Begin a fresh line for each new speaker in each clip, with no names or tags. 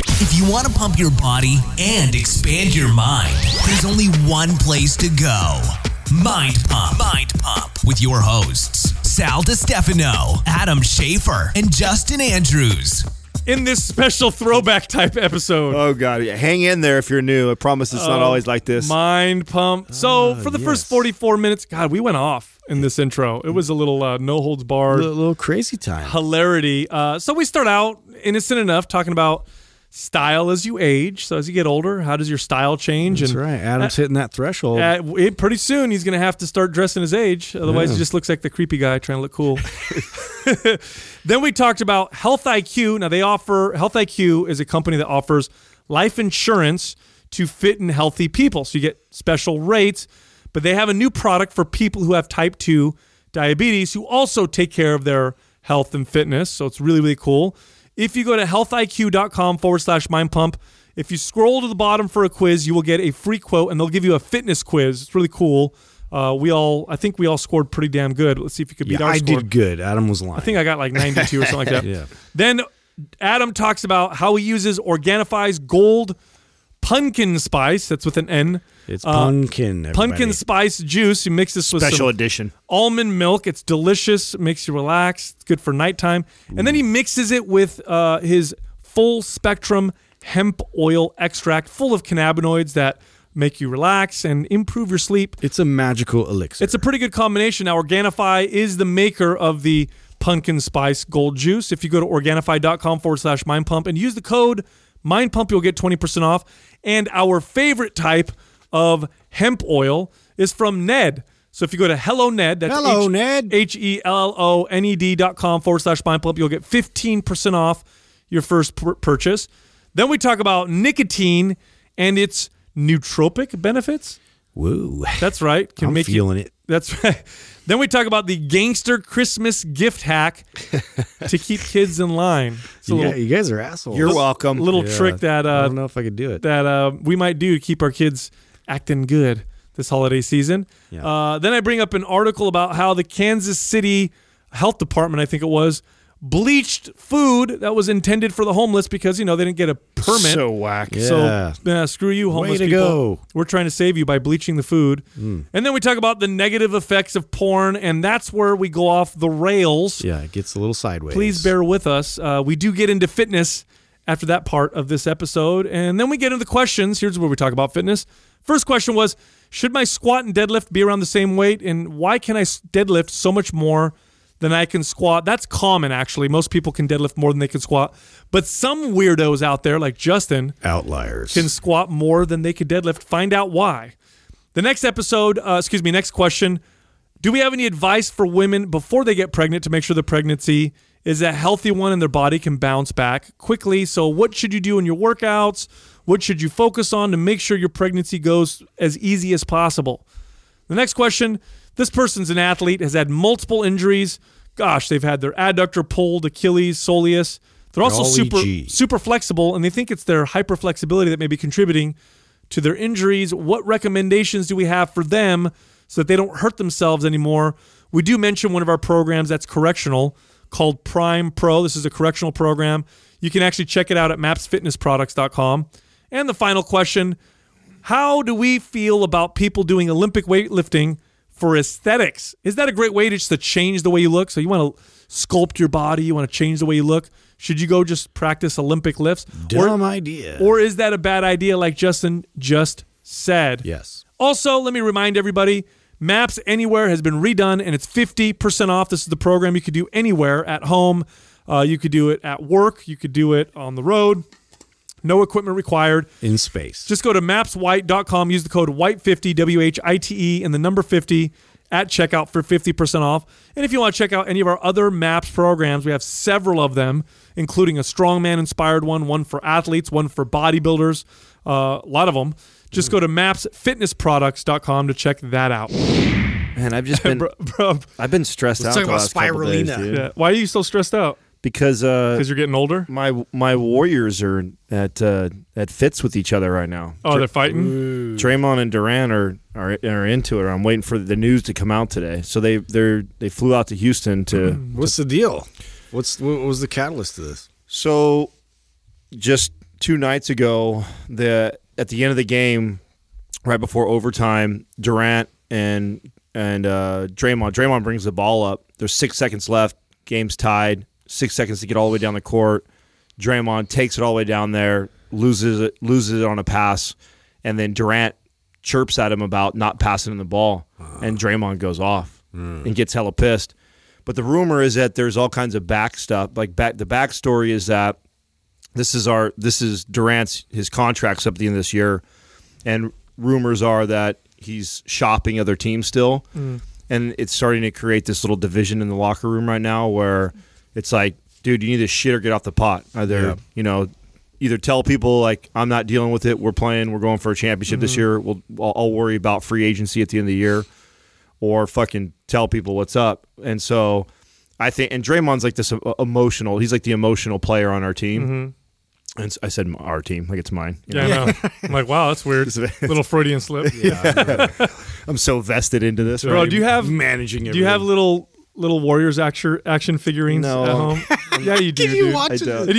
If you want to pump your body and expand your mind, there's only one place to go Mind Pump. Mind Pump. With your hosts, Sal DiStefano, Adam Schaefer, and Justin Andrews.
in this special throwback type episode.
Uh,
Oh god, yeah. hang in there if you're new. I promise it's not
Oh,
always like this.
Mind pump.
Ah,
So for the first 44 minutes, God, we went off in this intro. It was a little uh, no holds barred
A little crazy time.
hilarity. Uh, so we start out innocent enough talking about style as you age. So as you get older, how does your style change?
That's right. Adam's hitting that threshold.
Uh, it, pretty soon he's going to have to start dressing his age. Otherwise, he just looks like the creepy guy trying to look cool. then we talked about Health IQ. Now, they offer Health IQ is a company that offers life insurance to fit and healthy people. So you get special rates, but they have a new product for people who have type 2 diabetes who also take care of their health and fitness. So it's really, really cool. If you go to healthiq.com forward slash mind pump, if you scroll to the bottom for a quiz, you will get a free quote and they'll give you a fitness quiz. It's really cool. Uh, we all, I think we all scored pretty damn good. Let's see if you could beat
yeah,
our
I
score.
did good. Adam was
I
lying.
think I got like 92 or something like that.
Yeah.
Then Adam talks about how he uses Organifi's gold pumpkin spice. That's with an N.
it's
uh,
pumpkin.
Pumpkin
everybody.
spice juice. He mixes this with some
Special edition.
almond milk. It's delicious. Makes you relax. It's good for nighttime. And then he mixes it with uh, his full spectrum hemp oil extract, full of cannabinoids that make you relax and improve your sleep.
It's a magical elixir.
It's a pretty good combination. Now, Organifi is the maker of the pumpkin spice gold juice. If you go to organifi.com forward slash mind pump and use the code mind pump, you'll get 20% off. And our favorite type of hemp oil is from Ned. So if you go to Hello Ned, that's
Hello, Ned.
H E L O N E D dot com forward slash mind pump, you'll get 15% off your first pur- purchase. Then we talk about nicotine and its nootropic benefits.
Woo.
That's right. Can
I'm
make you-
feeling it.
that's right. Then we talk about the gangster Christmas gift hack to keep kids in line. It's a
You,
little,
guys, you guys are assholes.
You're welcome.
little
Yeah.
trick that
I
uh,
don't know if I could do it.
that uh, we might do to keep our kids acting good this holiday season.
Yeah.
Uh, then I bring up an article about how the Kansas City Health Department, I think it was, bleached food that was intended for the homeless because you know they didn't get a permit.
So whack.
Yeah.
So yeah, screw you, homeless
to
people.
go. Hmm.
We're trying to save you by bleaching the food. And then we talk about the negative effects of porn, and that's where we go off the rails.
yeah, it gets a little sideways.
Please bear with us. Uh, we do get into fitness after that part of this episode, and then we get into the questions. Here's where we talk about fitness. First question was: Should my squat and deadlift be around the same weight, and why can I s- deadlift so much more? Than I can squat. That's common, actually. Most people can deadlift more than they can squat. But some weirdos out there, like Justin,
Outliers.
can squat more than they could deadlift. Find out why. The next episode, uh, excuse me, next question. Do we have any advice for women before they get pregnant to make sure the pregnancy is a healthy one and their body can bounce back quickly? So, what should you do in your workouts? What should you focus on to make sure your pregnancy goes as easy as possible? The next question this person's an athlete, has had multiple injuries. Gosh, they've had their adductor pulled, Achilles, soleus. They're also
Golly
super
gee.
super flexible and they think it's their hyperflexibility that may be contributing to their injuries. What recommendations do we have for them so that they don't hurt themselves anymore? We do mention one of our programs that's correctional called Prime Pro. This is a correctional program. You can actually check it out at mapsfitnessproducts.com. And the final question how do we feel about people doing Olympic weightlifting for aesthetics? Is that a great way to just to change the way you look? So you want to sculpt your body, you want to change the way you look. Should you go just practice Olympic lifts,
Dumb idea.
or is that a bad idea? Like Justin just said.
yes.
Also, let me remind everybody Maps Anywhere has been redone and it's 50% off. This is the program you could do anywhere at home. Uh, you could do it at work. You could do it on the road. No equipment required.
In space.
Just go to mapswhite.com, use the code WHITE50, W H I T E, and the number 50 at checkout for 50% off. And if you want to check out any of our other MAPS programs, we have several of them, including a strongman inspired one, one for athletes, one for bodybuilders, uh, a lot of them. Just go to mapsfitnessproducts.com to check that out.
Man, I've just been
Bro, bro,
I've been stressed out
talk
the
about
last couple days,
spirulina.
dude.
yeah. Why are you so stressed out?
Because uh,
Because you're getting older?
my my warriors are at uh, at fits with each other right now.
Oh, they're fighting?
Draymond and Durant are, are are into it. I'm waiting for the news to come out today. So they they they flew out to Houston to
Mm. What's the deal? What's what was the catalyst to this?
So, just two nights ago, the at the end of the game, right before overtime, Durant and and uh, Draymond. Draymond brings the ball up. There's six seconds left. Game's tied. Six seconds to get all the way down the court. Draymond takes it all the way down there, loses it, loses it on a pass, and then Durant chirps at him about not passing him the ball, and Draymond goes off and gets hella pissed. But the rumor is that there's all kinds of back stuff. Like back, the backstory is that this is our this is Durant's his contract's up at the end of this year, and rumors are that he's shopping other teams still, and it's starting to create this little division in the locker room right now where it's like, dude, you need to shit or get off the pot. Either
Yeah.
you know, either tell people like I'm not dealing with it. We're playing. We're going for a championship this year. We'll I'll, I'll worry about free agency at the end of the year or fucking tell people what's up. And so I think, and Draymond's like this uh, emotional. He's like the emotional player on our team. And s- I said m- our team, like it's mine. you
Mm-hmm. Yeah,
know?
I know. I'm like, wow, that's weird. Little Freudian slip.
I'm so vested into this.
Bro, do you have
managing
do you have little little Warriors action action figurines
No.
at home? yeah, you do.
Can you
dude.
watch
I don't.
it?
And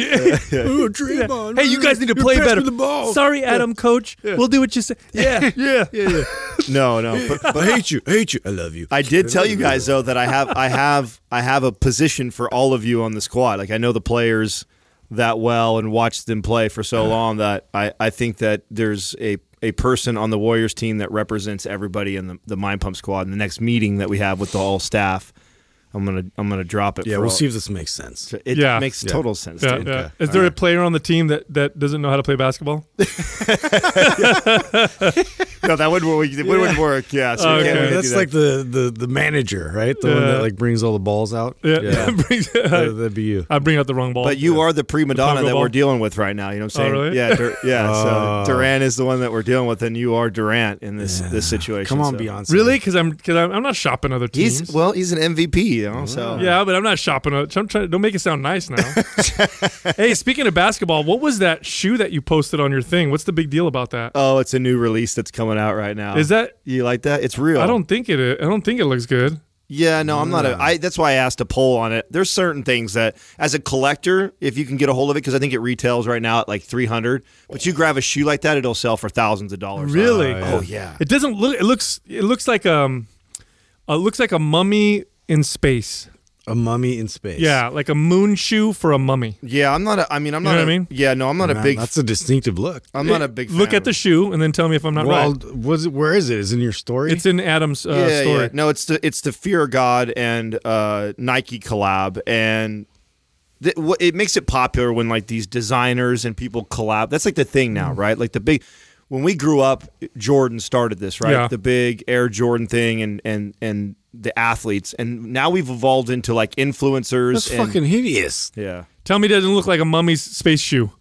you-
Ooh, Draymond.
hey, you guys need to
You're
play
passing
better.
The ball.
Sorry, Adam, coach. We'll do what you say. Yeah, yeah.
No, no. But,
I hate you. I hate you. I love you.
I did tell you guys though that I have I have I have a position for all of you on the squad. Like I know the players that well and watched them play for
Uh-huh.
so long that I, I think that there's a a person on the Warriors team that represents everybody in the, the Mind Pump squad. And the next meeting that we have with the all staff, I'm gonna I'm gonna drop it.
Yeah,
for
we'll
all-
see if this makes sense.
It
Yeah.
makes
Yeah.
total sense.
Yeah,
dude.
yeah. Is there a player on the team that, that doesn't know how to play basketball?
No, that would work. It wouldn't work. Yeah, so we
Okay.
can't really do
That's
that.
like the, the the manager, right? The one
Yeah.
that like brings all the balls out.
Brings-
That- that'd be you.
I bring out the wrong ball.
But you are the prima donna
Taco
that
Bell?
we're dealing with right now. You know what I'm saying?
Oh, really? Ah.
Yeah, Dur- yeah.
Oh.
So Durant is the one that we're dealing with, and you are Durant in this this situation.
Come on,
so.
Beyonce.
really because I'm because I'm, I'm not shopping other teams.
He's well, he's an MVP. You know, so
yeah, but I'm not shopping. Other, I'm trying. Don't make it sound nice now. hey, speaking of basketball, what was that shoe that you posted on your thing? What's the big deal about that? Is
Oh, it's a new release that's coming out right now.
that?
you like that? It's
Oh.
real.
I don't think it. I don't think it looks good.
Yeah, no, I'm not. A, I that's why I asked a poll on it. There's certain things that, as a collector, if you can get a hold of it, because I think it retails right now at like 300. But you grab a shoe like that, it'll sell for thousands of dollars.
Really?
Oh yeah.
It doesn't look. It looks. It looks like um. It looks like a mummy in space.
A mummy in space.
Yeah, like a moon shoe for a mummy.
Yeah, I'm not. A, I mean, I'm
You
not.
know
a,
what I mean?
Yeah, no, I'm not a
Man,
big.
that's a distinctive look.
I'm not a big. Fan
Look
of
at
it.
the shoe and then tell me if I'm not
well,
right.
was it, where is it? Is it in your story?
It's in Adam's uh, story.
No, it's the it's the Fear of God and uh, Nike collab, and th- wh- it makes it popular when like these designers and people collab. That's like the thing now, right? Like the big when we grew up, Jordan started this, right?
Yeah.
The big Air Jordan thing, and and and the athletes, and now we've evolved into like influencers.
That's
and,
fucking hideous.
yeah.
Tell me it doesn't look like a mummy's space shoe.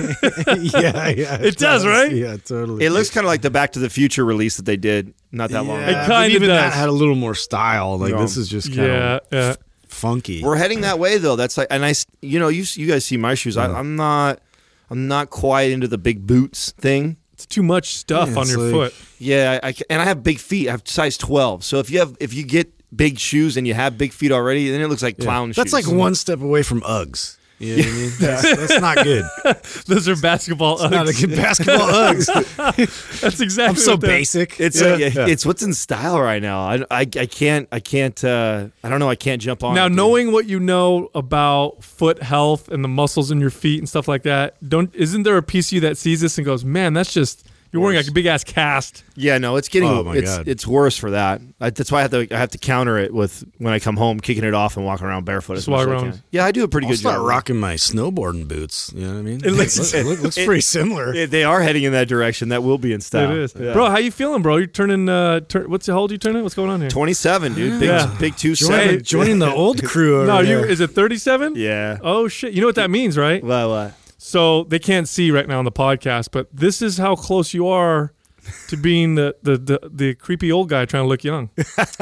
yeah, yeah.
It does, right?
Yeah, totally.
It looks kind of like the Back to the Future release that they did not that long
Yeah,
ago.
It
but
kinda
even that
does.
had a little more style. Like
Yeah.
this is just kind
Yeah, uh,
of
yeah.
funky.
We're heading that way though. That's like, and I, s- you know, you s- you guys see my shoes. I, I'm not, I'm not quite into the big boots thing.
It's too much stuff
Yeah,
on
it's
your
like-
foot.
Yeah, I, I ca- and I have big feet. I have size 12. So if you have, if you get big shoes and you have big feet already, then it looks like clown shoes.
That's like one step away from Uggs. You know what I mean? That's, that's not good.
Those are basketball
It's not a
Uggs.
good basketball Uggs.
That's exactly.
I'm so
what that-
basic.
It's
Yeah.
like- it's what's in style right now. I, I, I can't I can't uh, I don't know. I can't jump on
Now,
it, dude.
knowing what you know about foot health and the muscles in your feet and stuff like that, don't isn't there a piece of you that sees this and goes, "Man, that's just you're wearing like a big ass cast."
Yeah, no, it's getting
Oh, my
it's
God.
it's worse for that. I, that's why I have to I have to counter it with when I come home, kicking it off and walking around barefoot. as
Just walk
much as I
around.
can. Yeah, I do a pretty
I'll
good
start
job.
rocking my snowboarding boots. You know what I mean?
It looks-
look- looks pretty similar.
Yeah, they are heading in that direction. That will be in style.
It is,
Yeah.
bro. How you feeling, bro? You're turning. Uh, tur what's how old you turning? What's going on here?
27, dude. Big,
Yeah.
big two
Join,
seven.
joining the old crew. Over
No, you
here.
is it 37?
Yeah.
Oh shit! You know what that means, right?
Well, uh,
So they can't see right now on the podcast, but this is how close you are to being the the the, the creepy old guy trying to look young.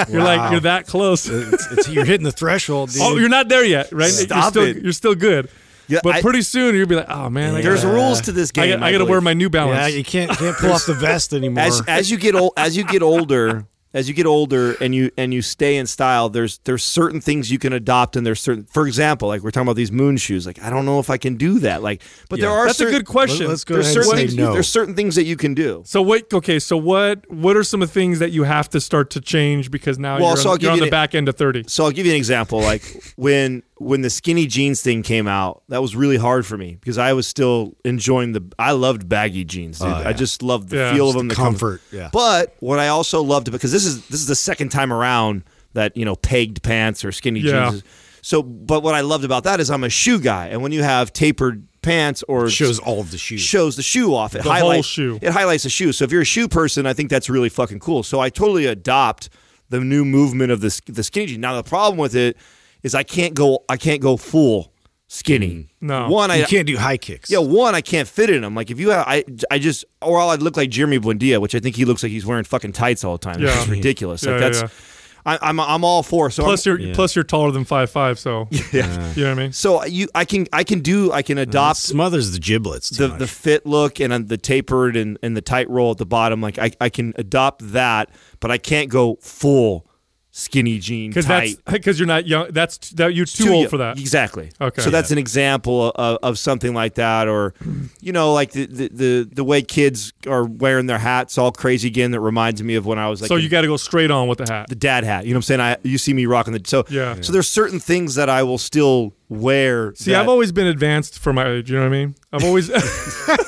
You're like
Wow.
you're that close.
It's- it's- you're hitting the threshold. Dude.
Oh, you're not there yet, right?
Stop
you're still,
it.
You're still good.
Yeah,
but
I-
pretty soon you'll be like, oh man, I
there's
gotta,
rules to this
I,
game.
gotta- I gotta
believe.
wear my New Balance.
yeah, you can't can't pull off the vest anymore.
As as you get old, as you get older, as you get older and you and you stay in style, there's there's certain things you can adopt, and there's certain. For example, like we're talking about these moon shoes. Like I don't know if I can do that. Like, but there are
That's a
certain-
good question.
Let's go
There's
ahead and
certain
say
things,
no.
there's certain things that you can do.
So what? Okay, so what? What are some of the things that you have to start to change because now
Well,
you're,
so I'll
on,
give
you're on
you
the
an-
back end of thirty?
So I'll give you an example. Like when when the skinny jeans thing came out, that was really hard for me because I was still enjoying the. I loved baggy jeans. Dude. I just loved the
Yeah.
feel
Just
of them, the
Oh, comfort, yeah.
But what I also loved because this is this is the second time around that you know pegged pants or skinny
Yeah.
jeans. So, but what I loved about that is I'm a shoe guy, and when you have tapered pants or
Shows all of the shoes.
shows the shoe off. It
The whole
highlights
shoe.
It highlights the shoe. So if you're a shoe person, I think that's really fucking cool. So I totally adopt the new movement of the sk- the skinny jean. Now the problem with it is I can't go I can't go full skinny.
Mm. No.
one I
you can't do high kicks.
yeah one I can't fit in them. Like if you have I I just or I'll I'd look like Jeremy Buendia, which I think he looks like he's wearing fucking tights all the time.
Yeah.
It's just ridiculous.
Yeah,
like
yeah,
that's. I, I'm I'm all for so
Plus
I'm,
you're plus you're taller than five five, so
Yeah.
you know what I mean.
so you I can I can do I can
It
adopt
smothers the giblets.
the,
Too
the
much.
fit look and uh, the tapered and, and the tight roll at the bottom. Like I, I can adopt that, but I can't go full skinny jean
Because
tight.
that's because you're not young. That's t- that you're too,
Too
old
yo-
for that.
Exactly.
Okay.
So that's an example of, of something like that, or you know, like the, the the the way kids are wearing their hats all crazy again. That reminds me of when I was like
so
in
you got to go straight on with the hat.
the dad hat. You know what I'm saying? I you see me rocking the so
Yeah. Yeah.
So there's certain things that I will still wear.
See,
that-
I've always been advanced for my age. You know what I mean? I've always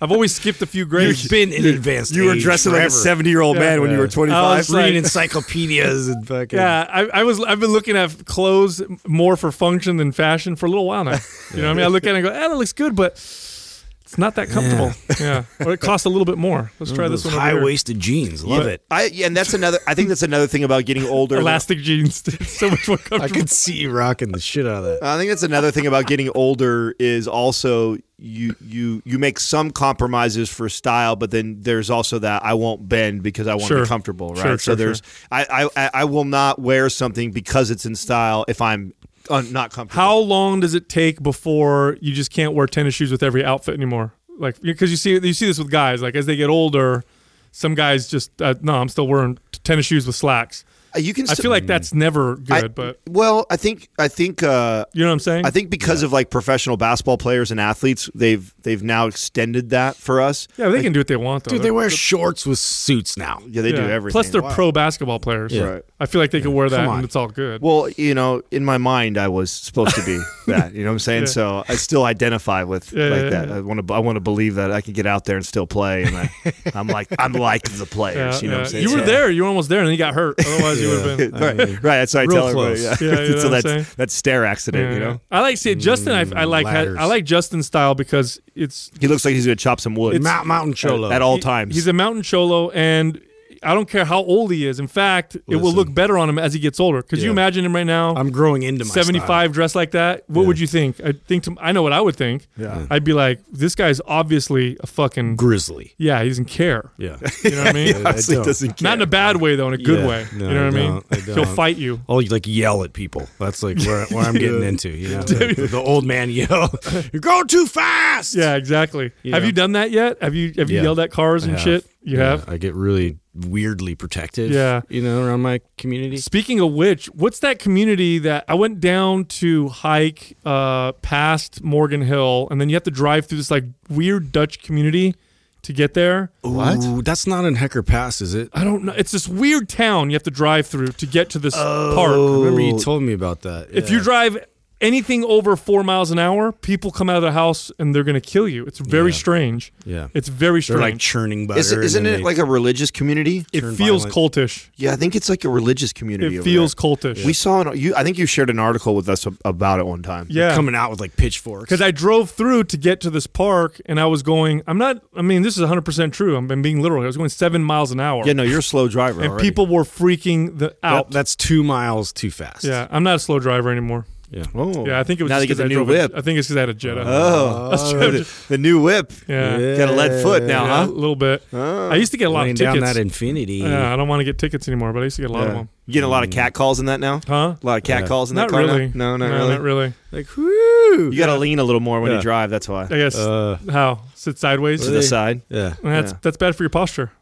I've always skipped a few grades.
You've been in advanced.
you were
age
dressing like a
forever.
70 year old
Yeah.
man when you
Yeah.
were 25.
I was
Just reading
like-
encyclopedias and fucking.
Yeah, I, I was. I've been looking at clothes more for function than fashion for a little while now. You know what I mean? I look at it and go, "Ah, that looks good, but it's not that comfortable." Yeah, or it costs a little bit more. Let's try this
Those
one. over here.
high waisted jeans. Love
Yeah.
it.
I yeah, and that's another. I think that's another thing about getting older. than-
elastic jeans. It's so much more comfortable.
I could see you rocking the shit out of that.
I think that's another thing about getting older is also you you you make some compromises for style, but then there's also that I won't bend because I want to
Sure.
be comfortable, right?
Sure,
so
sure,
there's I, I I- I will not wear something because it's in style if I'm uh, not comfortable.
How long does it take before you just can't wear tennis shoes with every outfit anymore? Like, because you see, you see this with guys. Like, as they get older, some guys just uh, no, I'm still wearing t- tennis shoes with slacks.
Uh, you can?
I
still-
feel like that's never good,
I-
but
well, I think I think. Uh,
you know what I'm saying?
I think because of like professional basketball players and athletes, they've they've now extended that for us.
yeah, they can do what they want. Though.
Dude, they wear shorts with suits now.
Yeah, they
Yeah.
do everything.
Plus, they're pro basketball players.
Yeah.
Right.
I feel like they could wear that,
Come on.
and it's all good.
Well, you know, in my mind, I was supposed to be that. You know what I'm saying?
Yeah.
So I still identify with
Yeah,
like
yeah,
that.
yeah.
I want to. I want to believe that I can get out there and still play, and I, I'm like, I'm like the
Yeah,
players. you know,
yeah.
what I'm saying?
you were
So-
there. You were almost there, and then you got hurt. Otherwise, you would have been.
Right, right. That's what I
Real
tell everybody.
close.
Yeah, you know
so
what I'm saying?
that's that's stare accident.
Yeah,
You
yeah.
know,
I like see Justin. I, I like had,
ladders.
I like Justin's style because it's
he looks like he's gonna chop some wood
Mount, mountain cholo.
at all
He-
times.
He's a mountain cholo, and I don't care how old he is. In fact, it will
Listen.
look better on him as he gets older. Could you
Yeah.
imagine him right now,
I'm growing into my style.
75, dressed like that? What would you think? I think to, I know what I would think.
Yeah.
I'd be like, this guy's obviously a fucking.
Grizzly.
yeah, he doesn't care.
Yeah.
You know what I mean?
Honestly,
I don't.
doesn't
Not in a bad way though, in a good
Yeah.
way.
No,
you know what I
I
mean?
don't. I
He'll
don't.
fight you.
I'll Oh, like yell at people. That's like where, where I'm getting into. You know, the, the old man yell, "You're going too fast."
Yeah, exactly.
You
have
know.
you done that yet? Have you have you
Yeah.
yelled at cars and
I have.
shit? You
Yeah,
have.
I get really weirdly protective.
Yeah.
you know, around my community.
Speaking of which, what's that community that I went down to hike uh, past Morgan Hill, and then you have to drive through this like weird Dutch community to get there?
What?
Ooh, that's not in Hecker Pass, is it?
I don't know. It's this weird town you have to drive through to get to this park.
Oh, Remember you told me about that.
If
yeah.
you drive anything over four miles an hour, people come out of their house and they're going to kill you. It's very
Yeah.
strange.
yeah,
It's very
they're like
strange.
churning butter.
Is,
and
isn't
then
it
they-
like a religious community?
it
turn
feels
violent.
cultish.
Yeah, I think it's like a religious community.
It
over
feels
there.
cultish.
We saw an, you. I think you shared an article with us ab- about it one time.
yeah.
coming out with like pitchforks?
Because I drove through to get to this park and I was going, I'm not, I mean, this is 100% true. I'm, I'm being literal. I was going seven miles an hour.
Yeah, no, you're a slow driver.
and
already.
people were freaking the out.
That- that's two miles too fast.
yeah, I'm not a slow driver anymore.
yeah.
Oh.
Yeah, I think it was
now
just
they get
'cause
the
I
new
drove
whip.
A, I think it's because I had a Jetta.
Oh,
true.
the, the new whip.
yeah.
Yeah.
Got a lead foot now,
Yeah,
huh? Oh.
A little bit. I used to get a lot
Laying
of
down
tickets.
that infinity.
yeah, I don't want to get tickets anymore, but I used to get a lot of
Yeah.
them.
You getting a lot of cat calls in that now?
Huh?
A lot of cat
Yeah.
calls in
Not
that car now?
really.
No, not really.
Not really.
Like, whoo.
You got to lean a little more when you
Yeah.
drive. That's why.
I guess,
Uh,
how? Sit sideways?
to the side.
yeah.
That's,
yeah.
that's bad for your posture.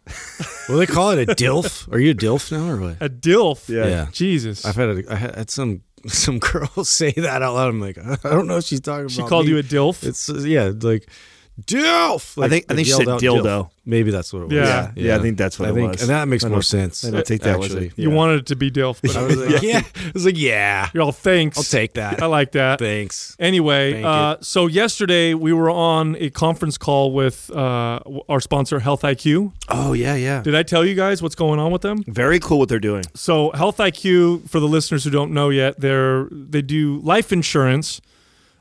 Well, they call it a dilf. Are you a dilf now or what?
A dilf.
Yeah.
Yeah.
Jesus.
I've had a, I had some some girl say that out loud. I'm like, I don't know. If she's talking.
she
about
called
me.
you a dilf.
It's uh, yeah, like dilf. Like,
I think- I
like
think she
yelled
said
out
dildo.
Maybe that's what it was.
Yeah.
Yeah. Yeah, I think that's what
I
it
think,
was.
and that makes
I
more
don't-
sense.
I don't think that was
actually.
it.
You
Yeah.
wanted it to be dilf, but
I was like, yeah. I was like, yeah.
you're all thanks.
I'll take that.
I like that.
Thanks.
Anyway,
Thank
uh, so yesterday we were on a conference call with uh, w- our sponsor, Health IQ.
Oh yeah, yeah.
Did I tell you guys what's going on with them?
Very cool what they're doing.
So Health IQ, for the listeners who don't know yet, they're they do life insurance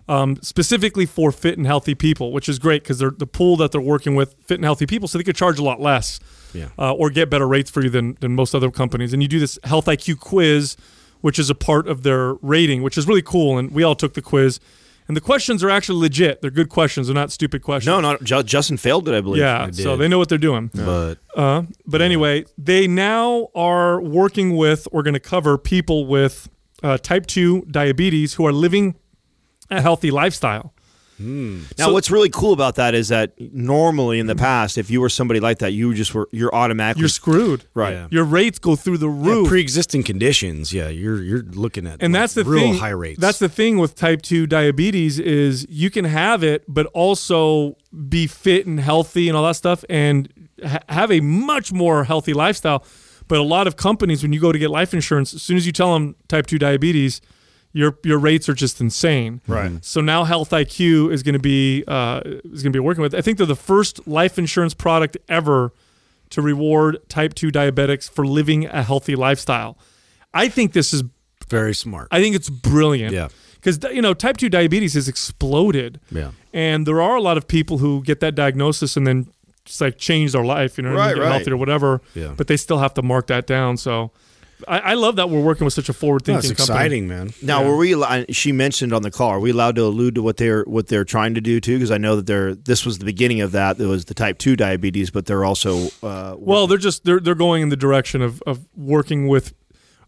um, specifically for fit and healthy people, which is great because they're the pool that they're working with fit and healthy people, so they could charge a lot less,
Yeah.
uh, or get better rates for you than than most other companies. And you do this Health IQ quiz, which is a part of their rating, which is really cool. And we all took the quiz, and the questions are actually legit. They're good questions. They're not stupid questions.
No, not Ju- Justin failed it, I believe.
Yeah,
they
so
did.
they know what they're doing.
But
Uh, but anyway, they now are working with or going to cover people with uh, type 2 diabetes who are living a healthy lifestyle.
Now,
So-
what's really cool about that is that normally in the past, if you were somebody like that, you just were you're automatically
You're screwed.
right.
Yeah.
Your rates go through the
yeah,
roof.
pre-existing conditions, yeah, you're you're looking at
and
like,
that's the
real
thing.
high rates.
That's the thing with type 2 diabetes is you can have it but also be fit and healthy and all that stuff and ha- have a much more healthy lifestyle. But a lot of companies when you go to get life insurance as soon as you tell them type 2 diabetes your your rates are just insane. Right. So now Health IQ is going to be uh, is going to be working with. I think they're the first life insurance product ever to reward type 2 diabetics for living a healthy lifestyle. I think this is
very smart.
I think it's brilliant.
Yeah.
Because you know, type two diabetes has exploded.
Yeah.
And there are a lot of people who get that diagnosis and then just like change their life, you know, what I mean,
Right,
get
right.
healthy or whatever.
Yeah.
But they still have to mark that down. So, I, I love that we're working with such a forward-thinking.
That's
company.
exciting, man.
Now, were we? allo- She mentioned on the call. Are we allowed to allude to what they're what they're trying to do too? Because I know that they're. This was the beginning of that. There was the type two diabetes, but they're also. Uh,
Well, they're just they're they're going in the direction of of working with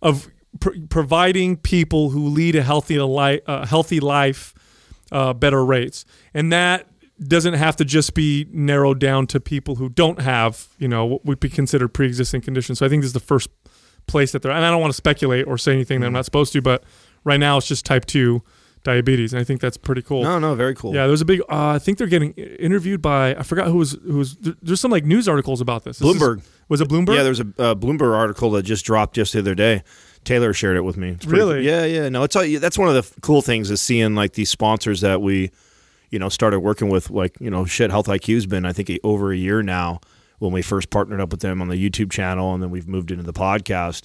of pr- providing people who lead a healthy li- uh, healthy life uh, better rates, and that doesn't have to just be narrowed down to people who don't have you know what would be considered pre-existing conditions. So I think this is the first place that they're. And I don't want to speculate or say anything that I'm not supposed to, but right now it's just type two diabetes, and I think that's pretty cool.
no, no, very cool.
Yeah, there's a big. Uh, I think they're getting interviewed by. I forgot who was who was. there- There's some like news articles about this. This is-
Bloomberg.
was it Bloomberg?
Yeah, there was a uh, Bloomberg article that just dropped just the other day. Taylor shared it with me. It's pretty-
Really?
Yeah, yeah. No, it's all, that's one of the f- cool things is seeing like these sponsors that we, you know, started working with. Like you know, shit, Health IQ's been I think a, over a year now when we first partnered up with them on the YouTube channel, and then we've moved into the podcast.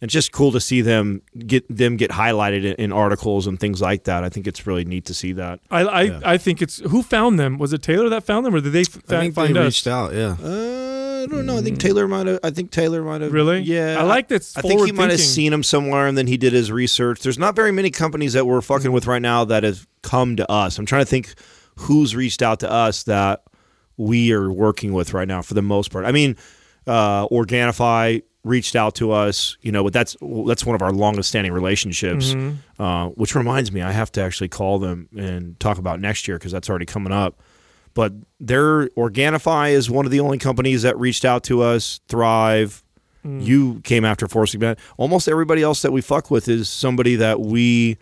And It's just cool to see them get them get highlighted in, in articles and things like that. I think it's really neat to see that.
I I, I think it's who found them. Was it Taylor that found them, or did they f-
I think
find
they
us?
reached out, yeah.
Uh, I don't know. I think Taylor might have. I think Taylor might have.
Really?
Yeah.
I like that it's
I think he might have
forward-thinking.
seen him somewhere, and then he did his research. There's not very many companies that we're fucking with right now that have come to us. I'm trying to think who's reached out to us that we are working with right now for the most part. I mean, uh, Organifi reached out to us, you know, but that's that's one of our longest standing relationships. Uh, which reminds me, I have to actually call them and talk about next year because that's already coming up but their Organifi is one of the only companies that reached out to us. Thrive,
Mm.
you came after Forcing Band. Almost everybody else that we fuck with is somebody that we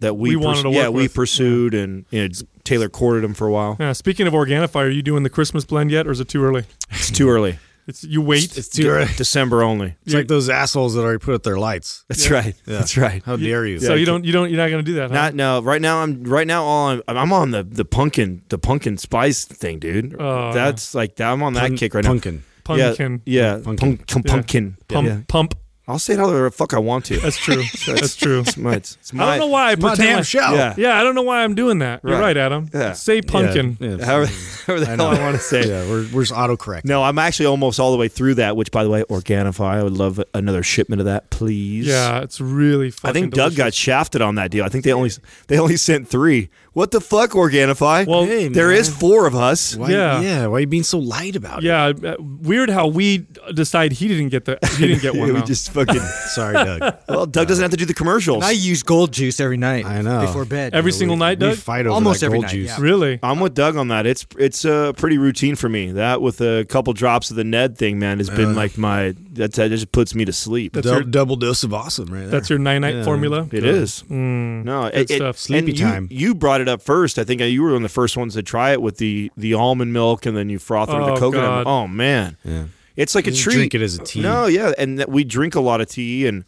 that
We
we,
wanted to
yeah
work
we
with.
pursued and you know, Taylor courted them for a while.
Yeah, speaking of Organifi, are you doing the Christmas blend yet, or is it too early?
It's too early.
It's you wait.
It's too early.
December only.
It's like those assholes that already put up their lights.
That's right. That's right.
Uh-huh.
How dare you?
so you don't you don't you're not going to do that. huh?
Not no. Right now I'm right now all I'm, I'm on the the pumpkin the pumpkin spice thing, dude.
Oh,
That's like I'm on that
Pun-
kick right
Punkin.
now.
pumpkin.
Yeah, yeah.
Pumpkin.
Pumpkin. pumpkin.
Pump
Yeah.
pump.
I'll say it how the fuck I want to.
That's true. That's true.
It's my, it's, it's
I
my,
don't know why I
My
pretend.
damn
like-
show.
Yeah.
yeah, I don't know why I'm doing that. You're
Right.
right, Adam.
Yeah.
Say pumpkin.
Yeah.
however, however the
I
hell
know.
I want to say.
Yeah, we're, we're just autocorrect.
No, I'm actually almost all the way through that. Which, by the way, Organifi, I would love another shipment of that, please.
Yeah, it's really.
I
Fucking
think
delicious.
Doug got shafted on that deal. I think they only they only sent three. What the fuck, Organifi?
Well,
Hey,
there
man.
is four of us.
Why,
Yeah.
Why are you being so light about it?
Yeah, uh, weird how we decide he didn't get the he didn't get one.
we
though.
just Fucking.
Sorry, Doug.
Well, Doug doesn't have to do the commercials.
I use gold juice every night.
I know.
Before bed.
Every single night,
We
Doug.
fight over
Almost
that
every
gold
night,
juice.
yeah.
really?
I'm with Doug on that. It's it's uh, pretty routine for me. That with a couple drops of the Ned thing, man, has been like my that's that just puts me to sleep. It
Dou- double dose of awesome, right? There.
That's your night night
Yeah. Mm.
formula.
is no it,
stuff.
and
Sleepy
you-
time.
You brought it up first. I think you were one of the first ones to try it with the the almond milk, and then you froth it with
Oh,
the coconut.
God.
Oh man,
Yeah.
it's like a
You
treat.
drink it as a tea.
No, yeah, and that we drink a lot of tea, and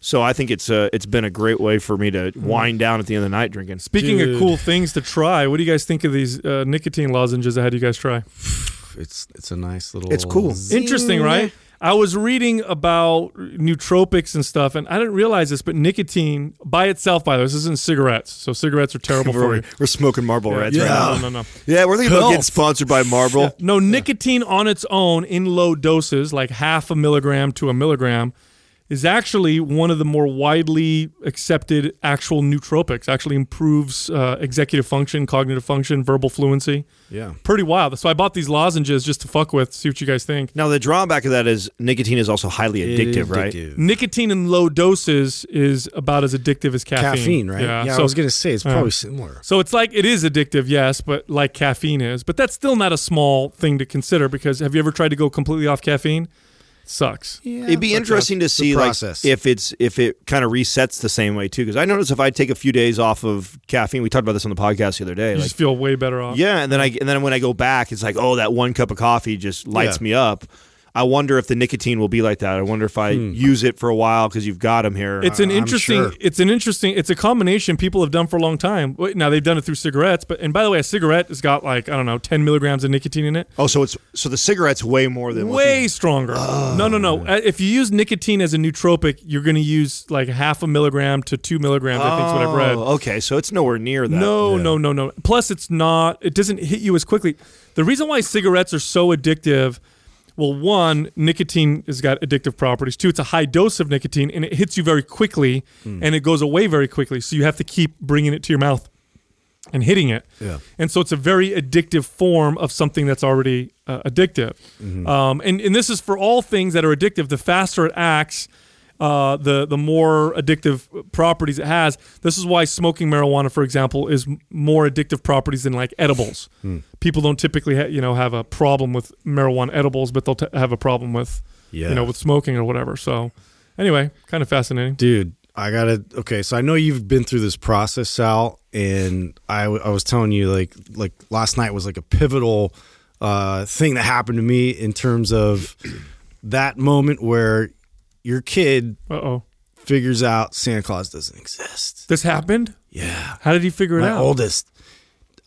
so I think it's uh, it's been a great way for me to wind down at the end of the night drinking.
Speaking
Mm. Dude.
of cool things to try, what do you guys think of these uh, nicotine lozenges I had you guys try?
It's it's a nice little.
It's cool.
Interesting, right? I was reading about nootropics and stuff, and I didn't realize this, but nicotine by itself, by the way, this isn't cigarettes. So cigarettes are terrible for
We're,
you.
we're smoking Marlboro Reds
yeah.
right now.
No, no, no.
Yeah, we're thinking about
Cool.
getting sponsored by Marlboro.
No, nicotine on its own in low doses, like half a milligram to a milligram, is actually one of the more widely accepted actual nootropics. Actually improves uh, executive function, cognitive function, verbal fluency.
Yeah.
Pretty wild. So I bought these lozenges just to fuck with, see what you guys think.
Now the drawback of that is nicotine is also highly addictive, right?
Addictive.
Nicotine in low doses is about as addictive as caffeine.
Caffeine, right?
Yeah.
I
so,
was gonna say it's probably similar.
so it's like it is addictive, yes, but like caffeine is. But that's still not a small thing to consider because have you ever tried to go completely off caffeine? sucks.
Yeah,
It'd be
but
interesting to
that's the
see like
process.
if it's if it kind of resets the same way too. Because I notice if I take a few days off of caffeine, we talked about this on the podcast the other day.
You
Like,
just feel way better off.
yeah, and then I and then when I go back, it's like oh that one cup of coffee just lights
Yeah.
me up. I wonder if the nicotine will be like that. I wonder if I
Hmm.
use it for a while because you've got them here.
It's an
I'm
interesting.
sure.
It's an interesting. It's a combination people have done for a long time. Wait, Now they've done it through cigarettes, but and by the way, a cigarette has got like I don't know, ten milligrams of nicotine in it.
oh, so it's so the cigarette's way more than what
Way stronger. no, no, no. Uh, If you use nicotine as a nootropic, you're going to use like half a milligram to two milligrams. I think is what I've
the-
read.
Oh, okay, so it's nowhere near that.
No, no, no, no. Plus, it's not. It doesn't hit you as quickly. The reason why cigarettes are so addictive, well, one, nicotine has got addictive properties. Two, it's a high dose of nicotine and it hits you very quickly and it goes away very quickly. So you have to keep bringing it to your mouth and hitting it.
Yeah.
And so it's a very addictive form of something that's already uh, addictive.
Mm-hmm.
Um, and, and this is for all things that are addictive. The faster it acts, uh, the the more addictive properties it has. This is why smoking marijuana, for example, is m- more addictive properties than like edibles.
Hmm.
People don't typically ha- you know have a problem with marijuana edibles, but they'll t- have a problem with
Yeah.
you know with smoking or whatever. So anyway, kind of fascinating.
dude i gotta okay so i know you've been through this process sal and i, w- I was telling you like like last night was like a pivotal uh, thing that happened to me in terms of that moment where your kid
Uh oh,
figures out santa claus doesn't exist
this happened.
yeah
How did he figure it
my
out?
oldest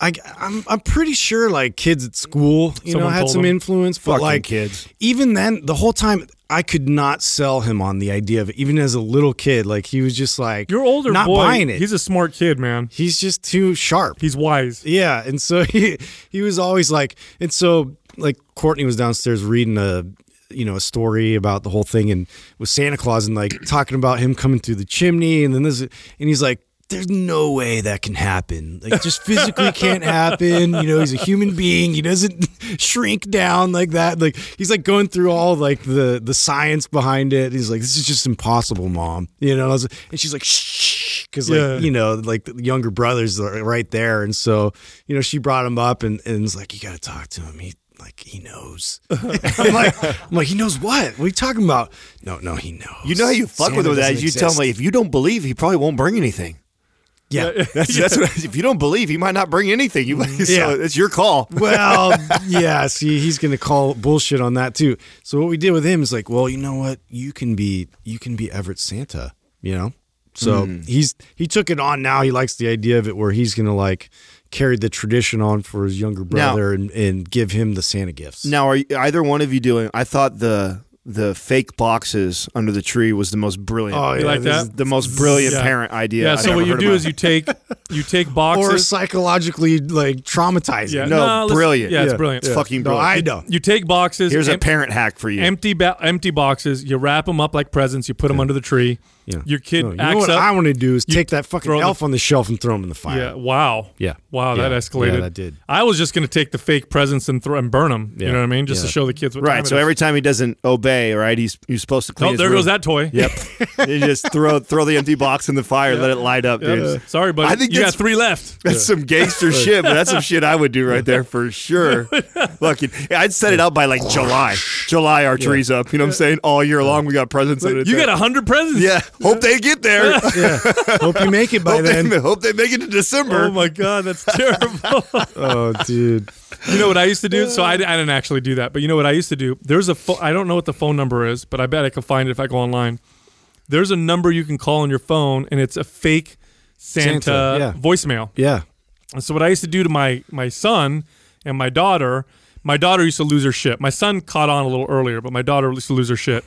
I, am I'm pretty sure like kids at school, you
Someone
know, had
told
some
them.
influence, but
Fucking
like
kids.
Even then, the whole time I could not sell him on the idea of it. Even as a little kid, like he was just like
Your older
not
boy,
buying it.
he's a smart kid, man.
he's just too sharp.
He's wise.
Yeah, and so he he was always like, and so like Courtney was downstairs reading a you know a story about the whole thing and with Santa Claus and like talking about him coming through the chimney and then this and he's like. There's no way that can happen. Like, just physically can't happen. You know, he's a human being. He doesn't shrink down like that. Like, he's like going through all like the the science behind it. He's like, this is just impossible, mom. You know, and, I was- and she's like, shh, because like
Yeah.
you know, like the younger brothers are right there. And so, you know, she brought him up and, and was like, you got to talk to him. He, like, he knows. I'm like, I'm like, he knows what? What are you talking about? No, no, he knows.
You know how you fuck
Santa
with him with that?
doesn't
is You tell him
exist.
like, if you don't believe, he probably won't bring anything.
yeah.
That's, that's what, if you don't believe, he might not bring anything. You, yeah. it's your call.
well, yeah. See, he's gonna call bullshit on that too. So what we did with him is like, well, you know what? You can be, you can be Everett Santa. You know. So
Hmm.
he's he took it on now. He likes the idea of it where he's gonna like carry the tradition on for his younger brother and, and give him the Santa gifts.
Now, are you, either one of you doing? I thought the the fake boxes under the tree was the most brilliant.
Oh, You yeah,
like
This is
that?
The most brilliant
Yeah.
parent idea.
Yeah.
I've
so
ever
what you
heard
do
about.
is you take you take
or
boxes.
psychologically like traumatizing.
Yeah.
no,
No, let's-
brilliant.
yeah, it's Yeah. brilliant.
It's
Yeah.
fucking
no,
brilliant.
I know.
you take boxes.
Here's a
em-
parent hack for you.
empty ba- empty boxes. You wrap them up like presents. You put them under the tree.
You know,
Your kid
No, you
acts
know what
up,
I want to do is take that fucking
throw him
elf on the shelf and throw him in the fire.
Yeah. Wow.
Yeah.
Wow.
Yeah.
That escalated.
Yeah, that did.
I was just going to take the fake presents and throw and burn them. You
Yeah.
know what I mean? Just
Yeah.
to show the kids what time
Right.
it
So
is.
every time he doesn't obey, right, he's he's supposed to clean.
oh,
his
there
room.
goes that toy.
Yep. you just throw throw the empty box in the fire, let it light up,
Yeah.
dude.
Sorry, buddy.
I think
you got
that's-
three left.
That's some gangster shit, but that's some shit I would do right there for sure. Fucking, I'd set it up by like July. July, our trees up. You know what I'm saying? All year long, we got presents. in it.
You got a hundred presents.
Yeah. Hope they get there.
Yeah. Hope you make it by
hope,
then.
they, hope they make it to December.
Oh my god, that's terrible.
Oh, dude.
you know what I used to do? So I, I didn't actually do that, but you know what I used to do? There's a pho- I don't know what the phone number is, but I bet I can find it if I go online. There's a number you can call on your phone, and it's a fake Santa,
Santa, yeah.
voicemail.
Yeah.
And so what I used to do to my my son and my daughter, my daughter used to lose her shit. My son caught on a little earlier, but my daughter used to lose her shit.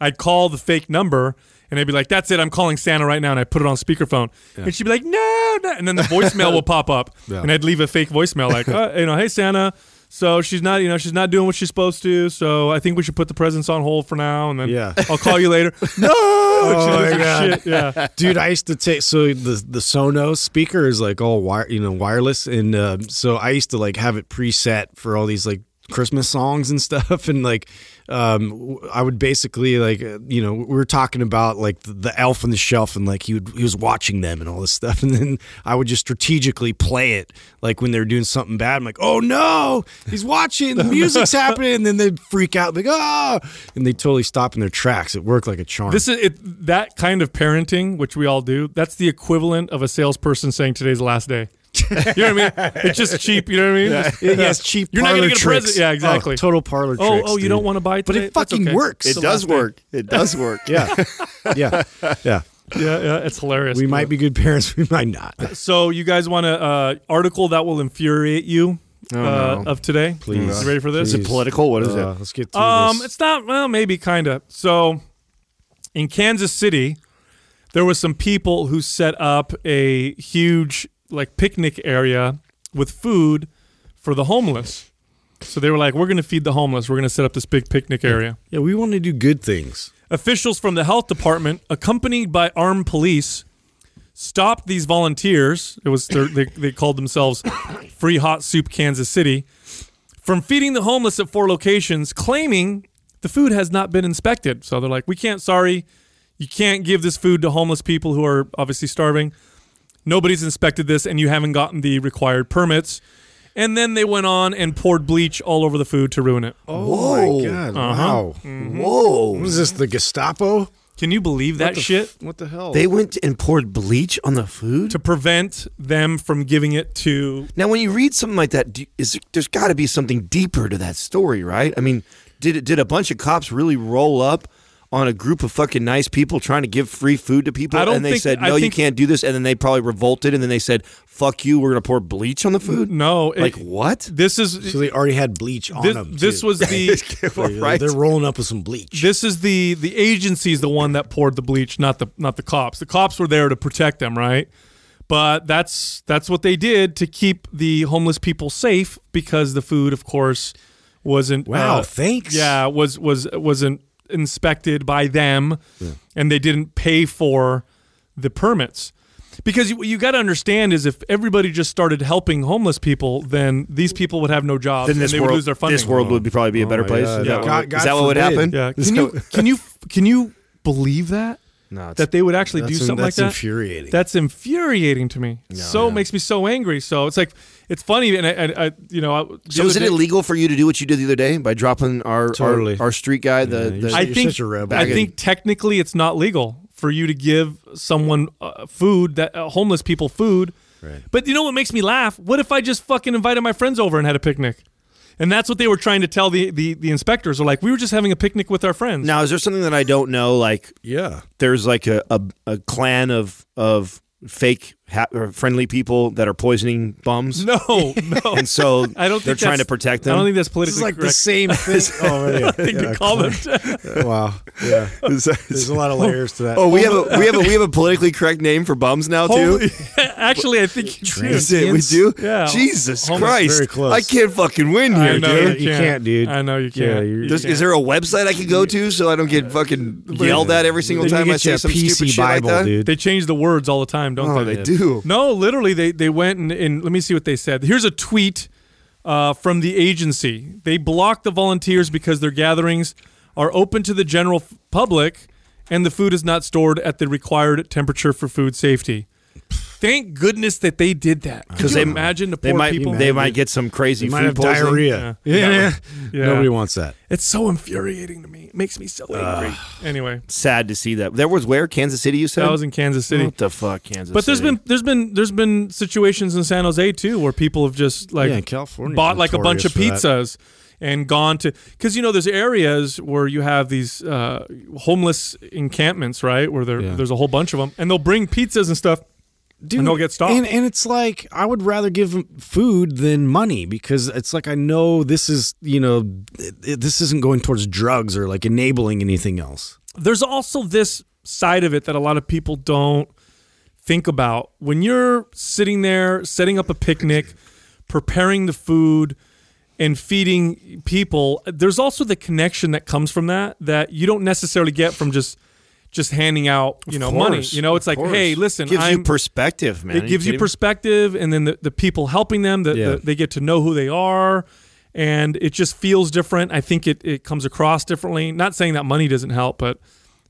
I'd call the fake number and they'd be like, "That's it, I'm calling Santa right now," and I put it on speakerphone, and she'd be like, "No, no," and then the voicemail will pop up,
Yeah.
and I'd leave a fake voicemail like, uh, "You know, hey Santa." So she's not, you know, she's not doing what she's supposed to. So I think we should put the presents on hold for now, and then
Yeah.
I'll call you later. no,
Oh,
she
my
loses her
God.
shit. Yeah,
Dude, I used to take so the the Sonos speaker is like all wire, you know, wireless, and uh, so I used to like have it preset for all these like Christmas songs and stuff, and like um, w- I would basically like uh, you know we were talking about like the, the elf on the shelf, and like he would, he was watching them and all this stuff, and then I would just strategically play it like when they were doing something bad, I'm like, oh no, he's watching, the music's happening, and then they would freak out like ah, and they totally stop in their tracks. It worked like a charm.
This is it, that kind of parenting, which we all do. That's the equivalent of a salesperson saying today's the last day. you know what I mean? It's just cheap. You know what I mean? Just-
Yeah, it's cheap.
You're not
parlor
gonna get a
tricks.
present. Yeah, exactly.
Oh, total parlor
Oh,
tricks.
oh, you
dude.
don't want to buy
But
today?
it
That's
fucking
okay.
works.
it
So-
does work. It does work.
Yeah, yeah, yeah.
Yeah, yeah, it's hilarious.
We might be good parents. We might not.
So you guys want an uh, article that will infuriate you uh,
no.
of today?
Oh, Please.
you ready for this?
Is it political? What is
Uh,
it?
let's get through
Um,
this.
it's not. Well, maybe kind of. So, in Kansas City, there was some people who set up a huge like picnic area with food for the homeless. So they were like, "We're going to feed the homeless. We're going to set up this big picnic area."
Yeah, we want to do good things.
Officials from the health department, accompanied by armed police, stopped these volunteers. It was their, they, they called themselves Free Hot Soup Kansas City from feeding the homeless at four locations, claiming the food has not been inspected. So they're like, "We can't. Sorry, you can't give this food to homeless people who are obviously starving. Nobody's inspected this, and you haven't gotten the required permits." And then they went on and poured bleach all over the food to ruin it.
Oh
Whoa.
my god!
Uh-huh.
Wow.
Mm-hmm.
Whoa.
What is this? The Gestapo?
Can you believe that shit?
What the hell?
They went and poured bleach on the food?
to prevent them from giving it to
Now, when you read something like that, do, is there's got to be something deeper to that story, right? I mean, did it- did a bunch of cops really roll up on a group of fucking nice people trying to give free food to people,
I don't
and they
think-
said
I
no, you
think-
can't do this, and then they probably revolted, and then they said fuck you, we're gonna pour bleach on the food.
no it-
like what?
this is
so they already had bleach on
this,
them.
this
too.
was the
They're-
right.
They're rolling up with some bleach.
this is the the agency's the one that poured the bleach not the not the cops the cops were there to protect them right but that's that's what they did to keep the homeless people safe because the food of course wasn't
Wow.
uh,
thanks.
yeah was was wasn't inspected by them and they didn't pay for the permits because you, you got to understand is if everybody just started helping homeless people then these people would have no jobs
Then
and
this
they
world,
would lose their funding
this world would be probably be a better
my
place.
God.
Is
Yeah.
that,
God-
is
God
that what would
forbid.
happen?
yeah
Is
can you can you can you believe that
No, it's-
that they would actually do
That's,
something
that's
like that
infuriating.
that's infuriating to me so
yeah.
makes me so angry so it's like it's funny and i, and I you know I, the
So
other
is it
day-
illegal for you to do what you did the other day by dropping our
Totally.
our, our street guy? The,
Yeah,
the
you're
I
You're
think
such a rebel.
I
Back
think technically it's not legal for you to give someone uh, food that uh, homeless people food. Right. But you know what makes me laugh? What if I just fucking invited my friends over and had a picnic? And that's what they were trying to tell the the, the inspectors. Are like, we were just having a picnic with our friends.
now is there something that I don't know? Like
yeah.
there's like a, a, a clan of of fake ha- or friendly people that are poisoning bums.
No, no.
And so
I don't.
they're
think
trying
that's-
to protect them.
I don't think that's
This
politically
is like the
correct.
same thing. Oh, yeah.
thing to comment.
Wow. Yeah. There's a lot of layers to that.
Oh, we have a we have a we have a politically correct name for bums now too.
Holy- Actually, I think you do.
Is it? We do.
Yeah.
Jesus
Homeless-
Christ!
very close.
I can't fucking win
I
here,
know
dude.
dude. You can't, dude.
I know you
Yeah,
can't.
you're-
You
There's,
can't.
is there a website I could go to so I don't get fucking yelled at every single
Then you
time I
get you
say
a
some stupid
PC
shit like
Bible,
that?
dude.
They change the words all the time, don't
Oh,
they?
they do.
No, literally, they they went and, and let me see what they said. Here's a tweet uh, from the agency. They block the volunteers because their gatherings are open to the general f- public, and the food is not stored at the required temperature for food safety. Thank goodness that they did that. Because
they-
they imagine the
they
poor
might
people.
they might get some crazy
You
food
might have
poisoning.
diarrhea. Yeah.
Yeah.
Nobody wants that.
it's so infuriating to me. It makes me so angry. anyway,
Sad to see that. There was where Kansas City. You said
that was in Kansas City.
What the fuck, Kansas?
But
there
there's
City?
been there's been there's been situations in San Jose too where people have just like
Yeah, in California,
bought like a bunch of
notorious for
pizzas and gone to because you know there's areas where you have these uh, homeless encampments right where there
Yeah.
there's a whole bunch of them and they'll bring pizzas and stuff. And they'll get stopped.
And, and it's like I would rather give 'em food than money because it's like I know this is you know it, it- this isn't going towards drugs or like enabling anything else.
There's also this side of it that a lot of people don't think about when you're sitting there setting up a picnic, preparing the food. and feeding people there's also the connection that comes from that that you don't necessarily get from just just handing out you know money
course,
you know it's
of
like
course.
hey listen
gives
I'm,
you perspective, man. Are
it gives you
kidding me?
perspective and then the, the people helping them the,
Yeah.
the, they get to know who they are and it just feels different i think it, it comes across differently not saying that money doesn't help but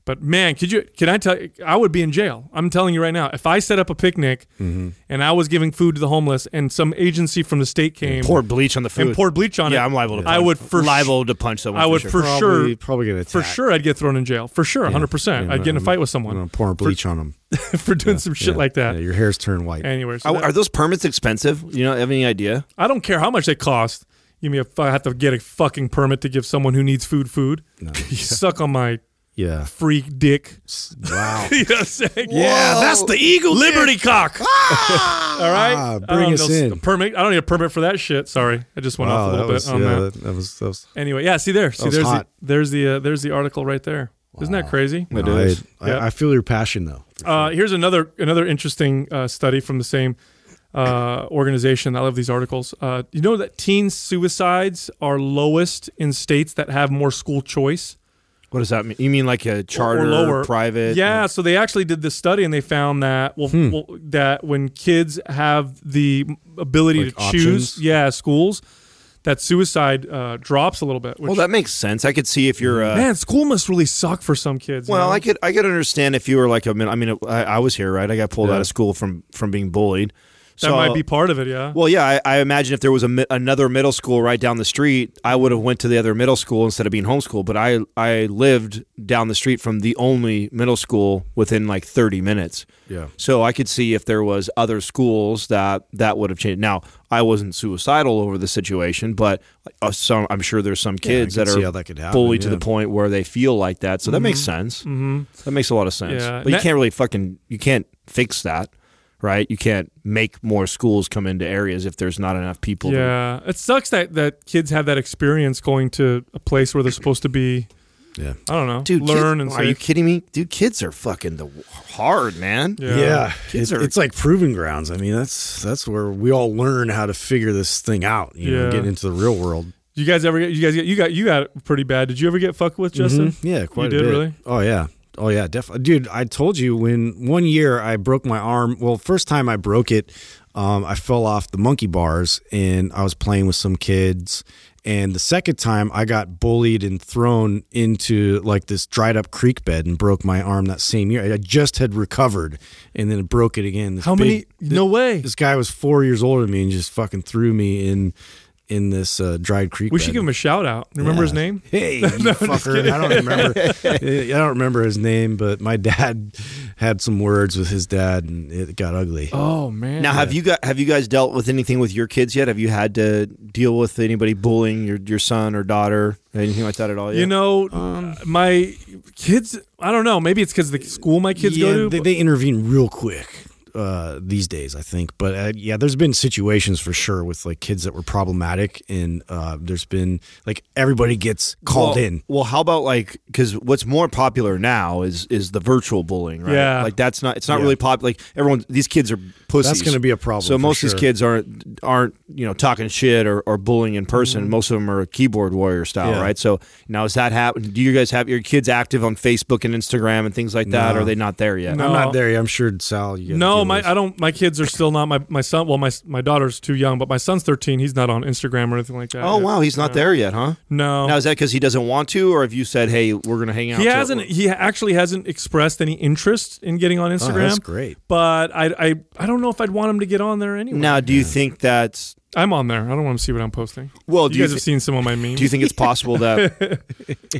but man could you can i tell you i would be in jail i'm telling you right now if i set up a picnic
Mm-hmm.
and i was giving food to the homeless and some agency from the state came
poured bleach on the food.
and poured bleach on it.
yeah, I'm liable to. Punch.
I would for
liable to punch someone.
I would
for,
for
sure.
probably,
sure,
probably gonna attack.
for sure, I'd get thrown in jail. For sure, 100. percent I'd get in a fight with
I'm gonna
someone
pour bleach on them.
for doing some shit like that.
Yeah, your hair's turned white.
Anyway, so
I-
that-
are those permits expensive? You know, have any idea?
I don't care how much they cost. You mean if I have to get a fucking permit to give someone who needs food food? You Suck on my
yeah.
free dick.
Wow.
you know what I'm saying?
Yeah, that's the eagle.
Liberty cock. All right,
Ah,
I don't
bring us
know,
in.
a permit. I don't need a permit for that shit. Sorry, I just went off a
wow. Oh, That
little bit
was,
on
yeah,
that.
that, that was that was.
Anyway, yeah. See there. See
was
there's the,
hot.
there's the uh, there's the article right there. not that crazy?
It
I,
is.
I,
Yeah.
I feel your passion though.
Uh, here's another another interesting uh, study from the same uh, organization. I love these articles. Uh, you know that teen suicides are lowest in states that have more school choice
What does that mean? You mean like a
or-
charter,
or lower
private? Hmm.
Yeah, so they actually did this study and they found that well, well that when kids have the ability
Like
to choose,
options?
yeah, schools, that suicide uh, drops a little bit. Which,
Well, that makes sense. I could see if you're. Uh,
man, school must really suck for some kids. you
Well,
know?
I could I could understand if you were like a min- I mean I, I was here right. I got pulled
Yeah.
out of school from from being bullied.
that
So-
might be part of it. Yeah.
Well, yeah, I, I imagine if there was a mi- another middle school right down the street, I would have went to the other middle school instead of being homeschooled. But I I lived down the street from the only middle school within like thirty minutes.
Yeah.
So I could see if there was other schools that that would have changed. Now I wasn't suicidal over the situation, but uh, some I'm sure there's some kids
could
that
see
are
how that could happen,
bullied to
yeah.
the point where they feel like that. So that makes sense. Mm-hmm. That makes a lot of sense.
Yeah.
But you
That-
can't really fucking you can't fix that, right? You can't make more schools come into areas if there's not enough people. to-
Yeah, it sucks that that kids have that experience going to a place where they're supposed to be.
Yeah.
I don't know,
Dude,
learn
kids-
and
are you
safe.
kidding me? Dude, kids are fucking the hard man.
Yeah.
It's,
Kids are-
it's like proving grounds. I mean, that's that's where we all learn how to figure this thing out. You
Yeah.
know, getting into the real world.
You guys ever get? You guys get? You got? You got it pretty bad. Did you ever get fucked with Justin?
Mhm. Yeah, quite
did,
a bit.
really?
Oh yeah. Oh yeah, definitely. Dude, I told you when one year I broke my arm. Well, first time I broke it, um, I fell off the monkey bars and I was playing with some kids. And the second time I got bullied and thrown into like this dried up creek bed and broke my arm that same year. I just had recovered and then it broke it again. This
How many?
big-
No way.
this guy was four years older than me and just fucking threw me in in this uh, dried creek.
We should
bed.
give him a shout out. Remember his
Yeah.
name?
Hey, you fucker! I don't remember. I don't remember his name, but my dad had some words with his dad, and it got ugly.
Oh man.
Now, have you got have you guys dealt with anything with your kids yet? Have you had to deal with anybody bullying your, your son or daughter, anything like that at all? Yet?
You know, my kids. I don't know. Maybe it's because the school my kids
Yeah,
go to.
they,
but-
they intervene real quick. uh, these days, I think. But uh, yeah, there's been situations for sure with like kids that were problematic, and uh, there's been like everybody gets called
well,
in.
Well, how about like because what's more popular now is is the virtual bullying, right?
Yeah.
like that's not it's not really popular. Like everyone, these kids are pussies.
That's gonna be a problem
So
for
most of
sure.
these kids aren't aren't you know talking shit or, or bullying in person. Most of them are keyboard warrior style,
Mm-hmm. Yeah.
right? So now is that happen? Do you guys have your kids active on Facebook and Instagram and things like that?
No.
Or are they not there yet?
No.
I'm not there. yet. I'm sure Sal. You guys
uh, No,
deal
my
with-
I don't. My kids are still not my my son. Well, my my daughter's too young, but my son's thirteen. He's not on Instagram or anything like that.
Oh wow, he's not there yet, huh?
No,
Now is that because he doesn't want to, or have you said, "Hey, we're gonna hang out"?
he
till-
hasn't. He actually hasn't expressed any interest in getting
Oh,
on Instagram.
that's great.
But I I I don't know if I'd want him to get on there anyway.
Now, do you think that's
I'm on there. I don't want him to see what I'm posting.
well?
You,
Do you,
guys
thi-
have seen some of my memes.
do you think it's possible that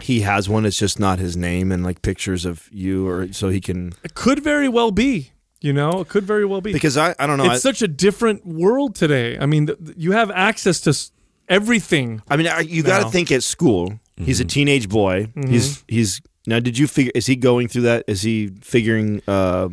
he has one? It's just not his name and like pictures of you, or so he can
it could very well be. You know, it could very well be.
because I I don't know.
it's
I,
such a different world today. I mean, th- th- you have access to s- everything.
I mean, I, you got
No.
to think at school. He's a teenage boy.
Mm-hmm.
He's he's now. Did you figure? Is he going through that? Is he figuring? Uh,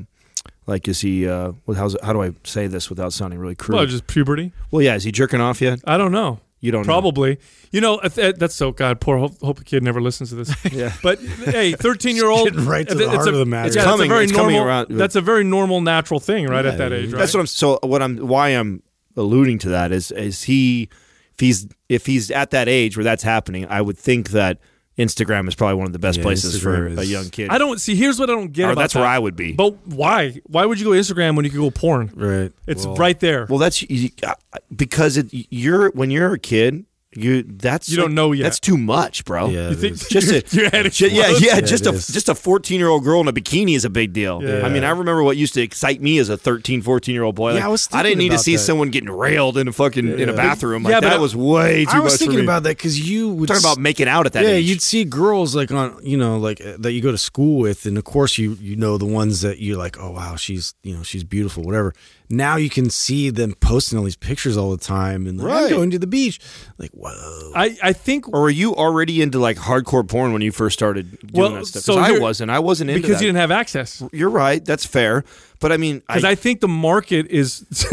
like, is he? Uh, well, how's how do I say this without sounding really crude?
Well, just puberty.
Well, yeah. Is he jerking off yet?
I don't know.
You don't know.
Probably. You know, if- eh, that's so God. Poor hope, hope a kid never listens to this. yeah. But hey, thirteen year old.
Getting right to the heart of the matter.
It's,
It's
coming.
coming-
very
it's
normal.
coming around.
That's a very normal, natural thing, right? at that age, right?
That's what I'm. So what I'm. Why I'm alluding to that is is he if he's if he's at that age where that's happening, I would think that Instagram is probably one of the best
Yeah,
places for
Instagram
a
is-
young kid.
I don't see. Here's what I don't get.
Or
about
that's where
that.
I would be.
But why? Why would you go Instagram when you could go porn?
Right.
It's
Well,
right there.
well, that's you- I- because it, you're when you're a kid, you that's
You don't know yet.
That's too much, bro.
Yeah, You it think- is.
just a
your head
ju- yeah,
explodes?
yeah,
Yeah,
just
it
a
is.
just a 14 year old girl in a bikini is a big deal.
Yeah.
I mean, I remember what used to excite me as a 13, 14 year old boy.
Yeah,
Like,
I was
I didn't
thinking
need to
about
see
that.
someone getting railed in a fucking in a bathroom. Like
Yeah, but
that
I-
was way too
I
much
was
for
thinking
me.
about that because you would
talking about making out at that
yeah,
age.
you'd see girls like on you know like uh, that you go to school with, and of course you you know the ones that you're like, oh wow, she's you know she's beautiful, whatever. Now you can see them posting all these pictures all the time, and like,
Right.
I'm going to the beach, like whoa,
I I think
or were you already into like hardcore porn when you first started doing
Well,
that stuff?
so
'Cause I
you're-
wasn't. I wasn't into
because
that.
you didn't have access.
You're right. That's fair. But I mean,
Because I, think the market is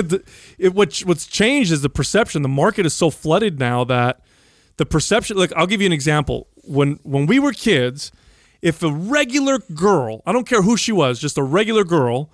it, what what's changed is the perception. The market is so flooded now that the perception. Look, I'll give you an example. When when we were kids, if a regular girl, I don't care who she was, just a regular girl,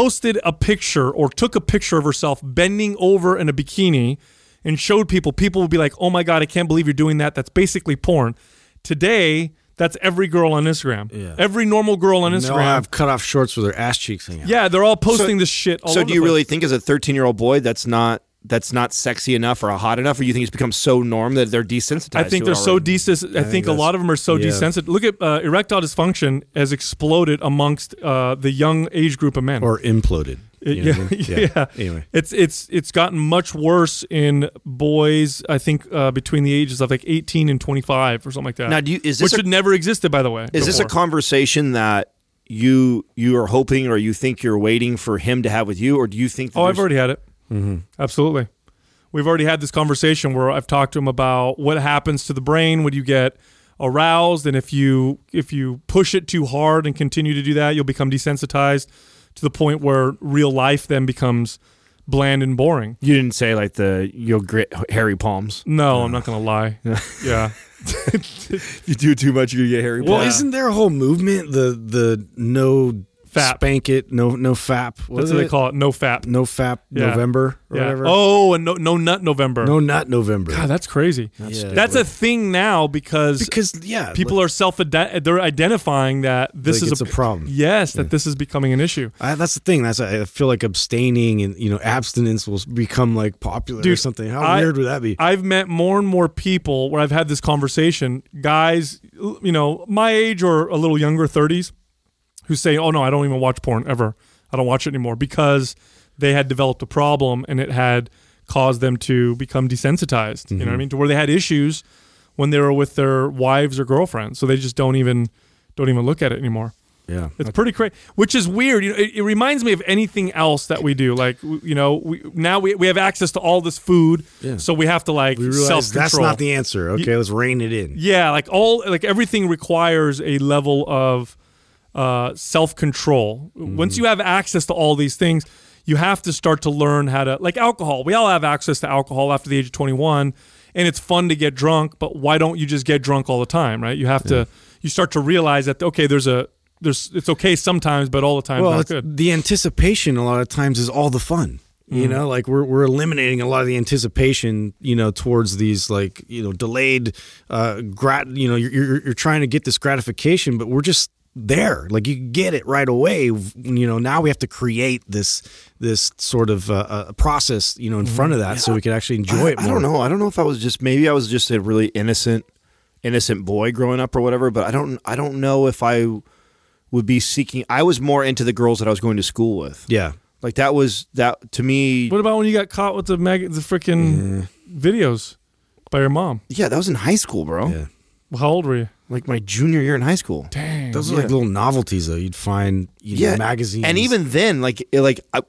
posted a picture or took a picture of herself bending over in a bikini and showed people, people would be like, "Oh my god, I can't believe you're doing that. That's basically porn." Today, that's every girl on Instagram.
Yeah.
Every normal girl on
and they'll
Instagram.
have cut off shorts with their ass cheeks hanging out.
Yeah, they're all posting this shit. All
so
over
do
the
you
place.
really think as a 13 year old boy that's not that's not sexy enough or hot enough, or you think it's become so norm that they're desensitized?
I think
to
they're
it
so
already?
desensitive. I, think a lot of them are so
yeah.
desensitized. Look at uh, erectile dysfunction has exploded amongst uh, the young age group of men.
or imploded. You know
yeah,
what I mean?
yeah,
Anyway,
It's it's it's gotten much worse in boys. I think uh, between the ages of like eighteen and twenty five or something like that.
Now, do you- is
which
this a-
had never existed by the way?
Is this a
before.
conversation that you you are hoping or you think you're waiting for him to have with you, or do you think? That
Oh, I've
there's-
already had it.
Mm-hmm.
Absolutely. We've already had this conversation where I've talked to him about what happens to the brain when you get aroused, and if you if you push it too hard and continue to do that, you'll become desensitized to the point where real life then becomes bland and boring.
You didn't say like the you'll grit hairy palms.
No, I'm not gonna lie. yeah.
You do too much, you get hairy.
well, isn't there a whole movement the the no
Fap.
spank it, no no fap? What
That's
is
what they
it?
call it. No fap.
no fap
Yeah.
November or
Yeah.
whatever.
Oh, and no no nut November.
no, not November.
God, that's crazy.
That's Yeah.
That's a thing now because,
because yeah,
people are self they're identifying that this
Like
is
it's a problem.
Yes, that this is becoming an issue.
I, that's the thing. That's I feel like abstaining and you know abstinence will become like popular or
Dude,
something. How
I-
weird would that be?
I've met more and more people where I've had this conversation, guys, l- you know, my age or a little younger, 30s, who say, "Oh no, I don't even watch porn ever. I don't watch it anymore" because they had developed a problem and it had caused them to become desensitized. You know
Mm-hmm.
what I mean? To where they had issues when they were with their wives or girlfriends, so they just don't even don't even look at it anymore.
yeah,
It's pretty crazy, which is weird. You know, it, it reminds me of anything else that we do. Like, w- you know, we now we, we have access to all this food,
Yeah.
so we have to like
we
self
realize that's
control.
not the answer. Okay, let's rein it in.
yeah, like all like everything requires a level of uh, self control. Once you have access to all these things, you have to start to learn how to, like alcohol. We all have access to alcohol after the age of 21, and it's fun to get drunk, but why don't you just get drunk all the time, right? You have to, you start to realize that, okay, there's a, there's, it's okay sometimes, but all the time,
Well,
not
it's,
good.
the anticipation a lot of times is all the fun. You
Mm-hmm.
know, like we're we're eliminating a lot of the anticipation, you know, towards these like you know delayed, uh, grat. You know, you're, you're you're trying to get this gratification, but we're just there. Like you can get it right away. You know, now we have to create this this sort of uh, uh, process, you know, in front of that, so we can actually enjoy it.
Mm-hmm. I,
More.
don't know. I don't know if I was just maybe I was just a really innocent, innocent boy growing up or whatever. But I don't. I don't know if I would be seeking. I was more into the girls that I was going to school with.
Yeah,
Like that was that to me.
What about when you got caught with the mag- the freaking videos by your mom?
yeah, that was in high school, bro.
Yeah.
How old were you?
Like my junior year in high school.
those are like little novelties though. You'd find you know, magazines
and even then, like it- like I,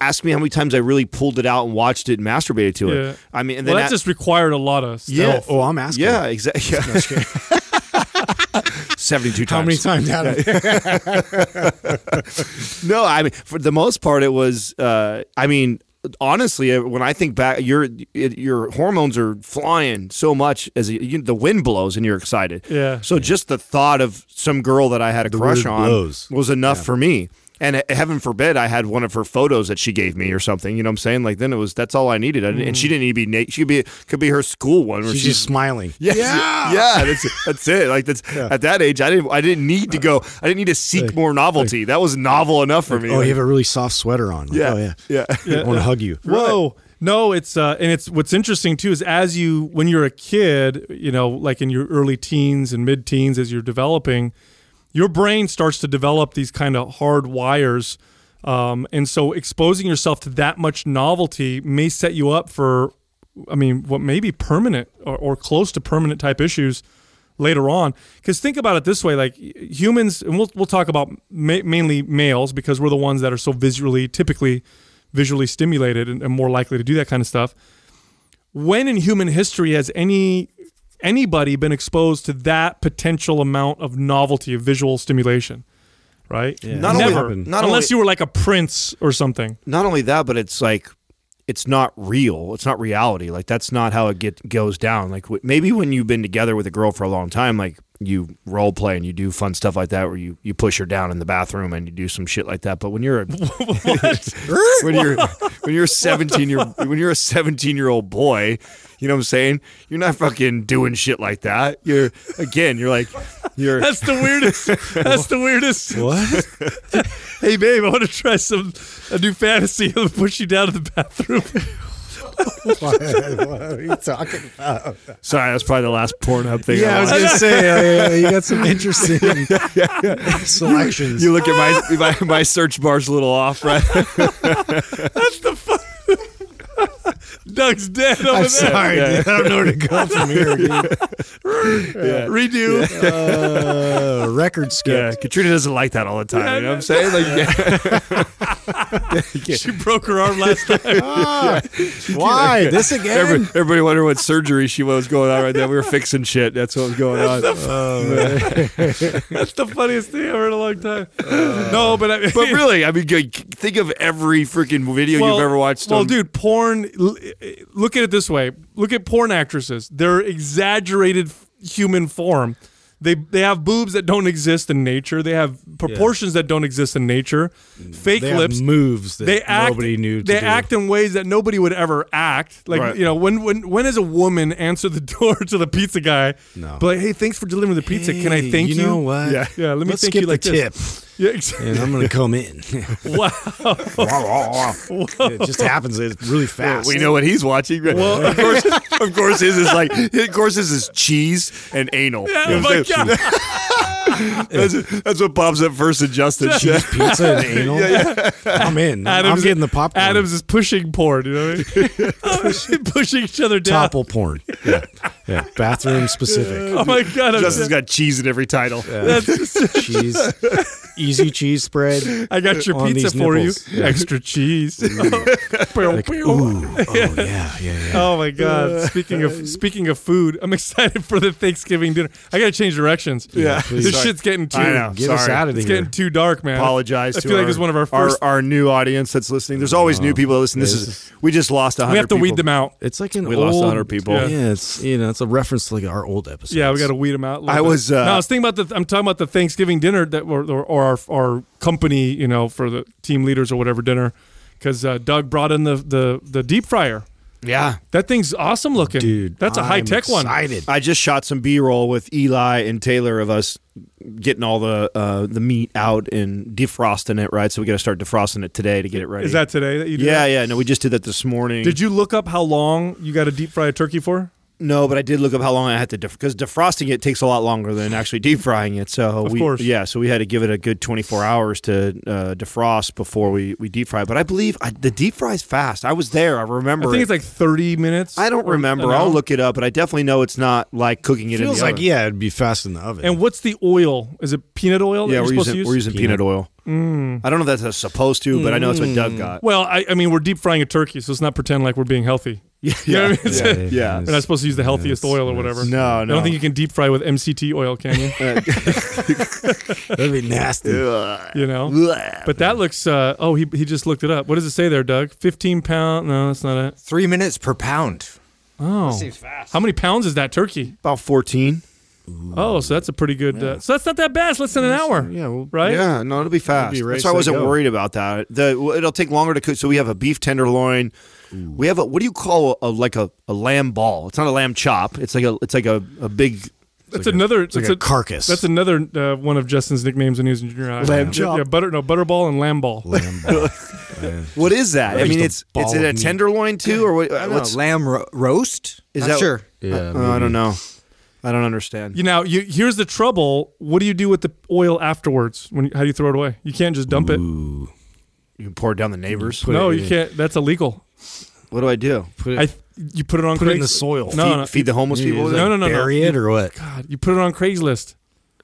ask me how many times I really pulled it out and watched it and masturbated to it.
Yeah.
I mean, and then
Well, that
at-
just required a lot of stuff.
yeah.
Oh, oh, I'm asking.
Yeah, exactly. Seventy-two times.
How many times? Adam?
No, I mean, for the most part, it was. Uh, I mean, honestly, uh, when I think back, your it, your hormones are flying so much as you, the wind blows and you're excited.
Yeah.
So just the thought of some girl that I had a crush
word
on
blows.
was enough for me. And he- heaven forbid I had one of her photos that she gave me or something. You know what I'm saying? Like then it was that's all I needed. I didn't, And she didn't need to be Nate. She could be could be her school one. Where
She's
she's,
just smiling.
yeah, yeah, That's that's it. Like that's at that age, I didn't I didn't need to go. I didn't need to seek
Like-
more novelty. that was novel enough for me.
Oh,
Like-
you have a really soft sweater on. Like,
yeah,
Oh, yeah.
yeah,
I want to hug you.
Whoa. No, it's uh, and it's what's interesting too is as you when you're a kid, you know, like in your early teens and mid teens, as you're developing, your brain starts to develop these kind of hard wires, um, and so exposing yourself to that much novelty may set you up for, I mean, what may be permanent or, or close to permanent type issues later on. Because think about it this way: like y- humans, and we'll we'll talk about ma- mainly males because we're the ones that are so visually, typically visually stimulated and, and more likely to do that kind of stuff. When in human history has any anybody been exposed to that potential amount of novelty of visual stimulation? Right?
Not
only-
Never.
not
unless
only-
you were like a prince or something.
Not only that, but it's like it's not real. It's not reality. Like that's not how it get goes down. Like w- maybe when you've been together with a girl for a long time, like you role play and you do fun stuff like that, where you you push her down in the bathroom and you do some shit like that. But when you're a, when you're when you're a seventeen year when you're a seventeen year old boy, you know what I'm saying? You're not fucking doing shit like that. You're again, you're like you're
That's the weirdest. That's the weirdest. What? hey, babe, I want to try some a new fantasy. I'll push you down to the bathroom.
what are you talking about?
sorry. That's probably the last Pornhub thing.
Yeah, I
I
was
watched.
going to say, uh, you got some interesting selections.
You look at my, my my search bar's a little off, right?
Doug's dead over
I'm
there.
sorry, dude. I don't know where to go from here. dude.
Redo.
Uh, record
Yeah,
skip.
Katrina doesn't like that all the time. you know what I'm saying? Like,
She broke her arm last time.
Why? This again?
everybody, everybody wonder what surgery she was going on right there. We were fixing shit. That's what was going on.
That's the funniest thing I've heard in a long time. no, but I mean,
but really, I mean, like, think of every freaking video
well,
you've ever watched.
Well,
on-
dude, porn. l- Look at it this way. Look at porn actresses. They're exaggerated f- human form. They they have boobs that don't exist in nature. They have proportions that don't exist in nature. Fake
Mm. They have
lips.
moves that
they act,
nobody knew to
they
do.
act in ways that nobody would ever act. Like
Right.
you know, when when when has a woman answered the door to the pizza guy?
No.
But like, hey, thanks for delivering the pizza. Can I
Hey,
thank you?
You know what?
Yeah.
Yeah, let me
Let's
thank
skip
you like
the
this.
tip,
Yeah, exactly.
and I'm going to come in.
Wow.
it just happens. It's really fast.
we know what he's watching. Well, of course, of course, his is like, of course, his is cheese and anal. You know
Oh
what I'm
my
saying?
God.
that's, that's what pops up first in Justin.
Cheese pizza and anal. I'm in. I'm
Adams-
getting the popcorn.
Adams is pushing porn, you know what I mean? pushing each other down.
topple porn. Yeah. yeah. Bathroom specific.
Oh my god, I'm
Justin's
just,
got cheese in every title.
that's just-
cheese. easy cheese spread.
I got your
on
pizza
these
for
nipples.
you. Extra cheese. Pew, pew.
Oh yeah, yeah, yeah.
Oh my god! Speaking of speaking of food, I'm excited for the Thanksgiving dinner. I gotta change directions. Yeah,
please.
this
Sorry.
shit's getting too.
I know.
Get us
Sorry.
out of
Oh, It's
here.
getting too dark, man.
Apologize.
I
to
feel like
our,
it's one of our first.
our, new audience that's listening. There's always new people that listen. Oh, This
This
is we just lost a hundred.
we have to weed them out.
it's like an
We
old,
lost 100 people.
Yeah. it's you know it's a reference to like our old episode.
Yeah, we got to weed them out. a little
I
bit.
was, uh,
no, I was thinking about the. I'm talking about the Thanksgiving dinner that, or, or, or our our company, you know, for the team leaders or whatever dinner, because uh, Doug brought in the, the the deep fryer.
Yeah,
That thing's awesome looking,
dude.
That's a
I'm
high tech one.
Excited.
I just shot some B-roll with Eli and Taylor of us getting all the uh, the meat out and defrosting it. Right, so we got to start defrosting it today to get it ready.
Is that today that you did?
Yeah,
that?
yeah. No, we just did that this morning.
Did you look up how long you got to deep fry a turkey for?
No, but I did look up how long I had to because defrosting it takes a lot longer than actually deep frying it. So
Of
we,
course.
yeah, so we had to give it a good 24 hours to uh, defrost before we we deep fry. But I believe I, the deep fry's fast. I was there. I remember.
I think
it.
it's like 30 minutes.
I don't
or an
remember.
hour.
I'll look it up, but I definitely know it's not like cooking it in
Feels
the
like
oven.
yeah, it'd be fast in the oven.
And what's the oil? Is it peanut oil? that
yeah,
you're
we're
supposed
using
to use?
we're using peanut, oil. Mm. I don't know if that's supposed to, but I know that's what Doug got.
well, I, I mean, we're deep frying a turkey, so let's not pretend like we're being healthy. Yeah, you know what I mean? So-
yeah.
We're not supposed to use the healthiest oil or whatever.
No,
I don't
no.
think you can deep fry with MCT oil, can you?
That'd be nasty.
you know. But that looks. Uh, oh, he he just looked it up. What does it say there, Doug? Fifteen pound? No, that's not it.
Three minutes per pound.
Oh, how many pounds is that turkey?
About 14.
Oh, so that's a pretty good. Uh, so that's not that bad. It's less than an hour.
yeah, well,
right.
Yeah, no, it'll be fast.
It'll be
That's
race
why I
to
wasn't
go.
worried about that. The well, it'll take longer to cook. So we have a beef tenderloin. We have a what do you call a, like a, a lamb ball? It's not a lamb chop. It's like a it's like a, a big
That's another. It's
like a carcass.
That's another uh, one of Justin's nicknames when he was in junior high.
Lamb
Yeah,
chop.
Yeah, butter. No, butterball and lamb ball.
Lamb ball.
what is that? I
Just
mean,
a
it's it's
ball
in a
of meat.
tenderloin too, or what? uh,
I don't know,
what's,
lamb ro- roast?
Is
Not
that-
sure?
yeah,
oh, I don't know. I don't understand.
You know, you, here's the trouble. What do you do with the oil afterwards? When how do you throw it away? You can't just dump it.
You can pour it down the neighbors.
it
no,
in-
you can't. That's illegal.
What do I do?
put it,
I you put it on
put it in the
Craigs-
soil.
No,
feed,
no.
feed the homeless
Yeah,
people?
is
with
it
No,
it?
no, no, no.
bury it or what?
God, you put it on Craigslist.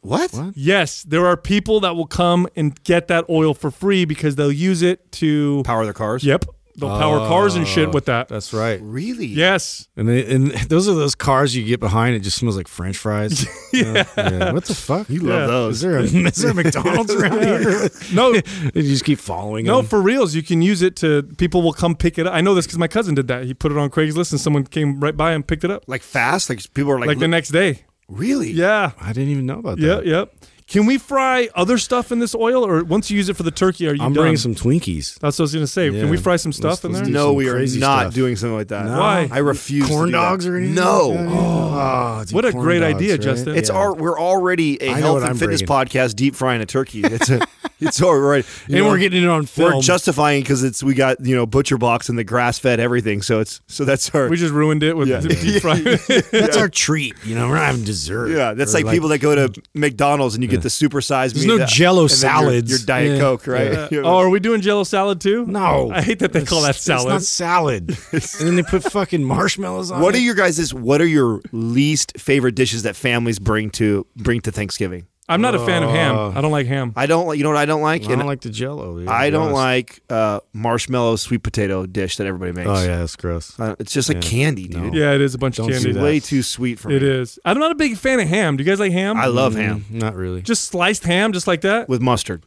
What?
Yes, there are people that will come and get that oil for free because they'll use it to
Power their cars?
Yep, they'll power cars and shit with that.
That's right.
Really?
Yes,
And they, and those are those cars you get behind. It just smells like French fries. yeah. yeah. What the fuck? You
Love
Yeah.
those.
Is there a, is there a McDonald's around here?
no,
They just keep following
no,
them.
for reals. You can use it to people will come pick it up. I know this because my cousin did that. He put it on Craigslist and someone came right by and picked it up
Like fast? Like people are like,
like, the next day.
really?
Yeah,
I didn't even know about that.
yeah, yep. Can we fry other stuff in this oil, or once you use it for the turkey, are you
I'm
done?
bringing some Twinkies.
That's what I was gonna say.
Yeah.
Can we fry some stuff
Let's-
in
let's
there?
do
No,
some
we are
crazy
not
stuff.
doing something like that.
No.
Why?
I refuse. to
Corn
do that.
dogs or anything?
No.
Yeah, yeah. Oh, dude,
What a
corn
great
dogs,
idea,
right?
Justin.
It's our. We're already a
I know
health
what
and
I'm
fitness
bringing.
podcast. Deep frying a turkey. It's a. it's already.
and we're getting it on film.
We're justifying because it's we got you know butcher box and the grass fed everything. So it's so that's our.
We just ruined it with
Yeah.
deep fry.
that's our treat. You know, we're not having dessert.
yeah, that's
Or
like, people that go to McDonald's and you get the supersized. meat
There's no
that-
Jell-O
and then your-
salads.
Your, diet
Yeah.
coke, right? Yeah.
oh, are we doing Jello salad too?
No,
I hate that they call that
It's- It's
salad.
not salad. and then they put fucking marshmallows on.
What are
it.
your guys' what are your least favorite dishes that families bring to bring to Thanksgiving?
I'm not a fan
Uh,
of ham. I don't like ham.
I don't like you know what I don't like?
I don't like the Jello. dude,
I
to be
don't
honest.
like uh, marshmallow sweet potato dish that everybody makes.
Oh yeah, that's gross.
Uh, it's just like candy, dude.
yeah, it is a bunch
Don't
of
do
candy.
that.
Way too sweet for
It
me.
is. Mm-hmm. I'm not a big fan of ham. Do you guys like ham?
I love ham
Mm-hmm. Not really.
just sliced ham, just like that.
with mustard.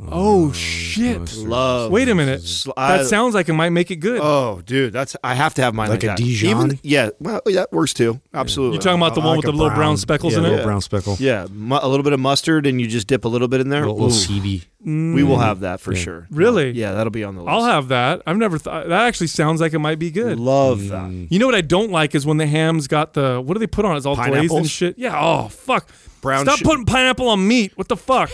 uh,
oh shit!
Love.
Wait a minute.
Sli- I-
That sounds like it might make it good.
Oh, dude, that's I have to have mine
Like
like,
a
that.
Dijon?
Even- yeah, well, yeah, that works too. Absolutely.
you talking about the
I
one
like
with
a
the little brown speckles
yeah,
in it?
Little brown speckle.
yeah, mu- a little bit of mustard, and you just dip a little bit in there.
Little, little
Ooh,
seedy.
we will have that for sure.
Mm. Really?
Yeah, that'll be on the list.
I'll have that. I've never thought. That actually sounds like it Mm. might be good.
Love that.
You know what I don't like is when the ham's got the what do they put on? it? It's all glazed and
Pineapples?
shit. Yeah. Oh fuck.
Brown
Stop
shi-
putting pineapple on meat. What the fuck?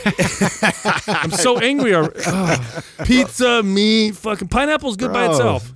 I'm so angry. alre- Ugh. Pizza, meat, fucking pineapple's good by
Bro.
itself.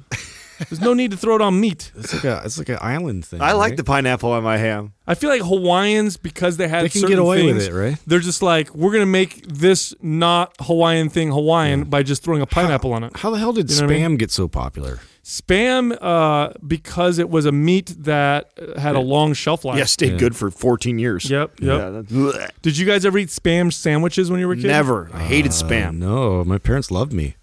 There's no need to throw it on meat.
It's like a it's like an island thing.
I like
right?
the pineapple on my ham.
I feel like Hawaiians because they had
They can
certain
get away with
things,
it, right?
They're just like we're gonna make this not Hawaiian thing Hawaiian by just throwing a pineapple on it.
How the hell did
You know what I
spam
mean?
get so popular?
Spam, uh, because it was a meat that uh, had a long shelf life.
Yeah, stayed good for 14 years.
Yep. Yep.
Yeah, that's- bleh.
Did you guys ever eat spam sandwiches when you were kids?
Never. I hated
Uh,
spam.
no, my parents loved me.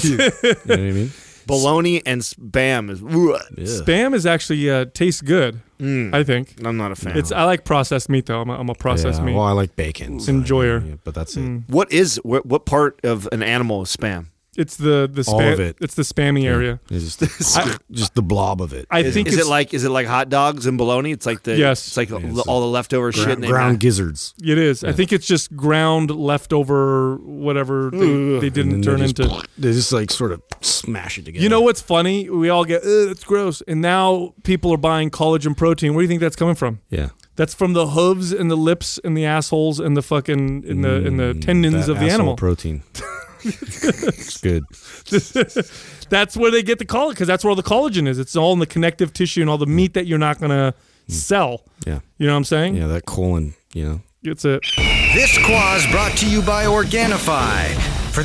you know what I mean?
Bologna and spam is. bleh.
Yeah.
Spam is actually uh, tastes good.
Mm.
I think
I'm not a fan.
it's.
uh,
I like processed meat though. I'm a, I'm a processed
Yeah,
meat Mm.
Well, I like bacon. so,
enjoyer.
yeah, but that's it.
what is what, what part of an animal is spam?
It's the the
All
spa-
of it.
It's the spammy area.
It's just, just the blob of it.
I
Is,
think
is it
it's,
like is it like hot dogs and bologna? It's like the
Yes.
It's like
it's
l- all the leftover shit.
ground,
and they
ground gizzards.
it is. I think it's just ground leftover whatever they, they didn't
And
turn
then they
into.
just, They just like sort of smash it together.
You know what's funny? We all get Ugh, that's gross, and now people are buying collagen protein. Where do you think that's coming from?
Yeah.
That's from the hooves and the lips and the assholes and the fucking in the Uh, in the tendons
Mm, That
of the
asshole
animal.
protein. it's good.
that's where they get the collagen because that's where all the collagen is. It's all in the connective tissue and all the meat that you're not gonna sell.
Yeah.
You know what I'm saying?
Mm. Yeah, that colon, you know.
It's it.
This quaz brought to you by Organifi. For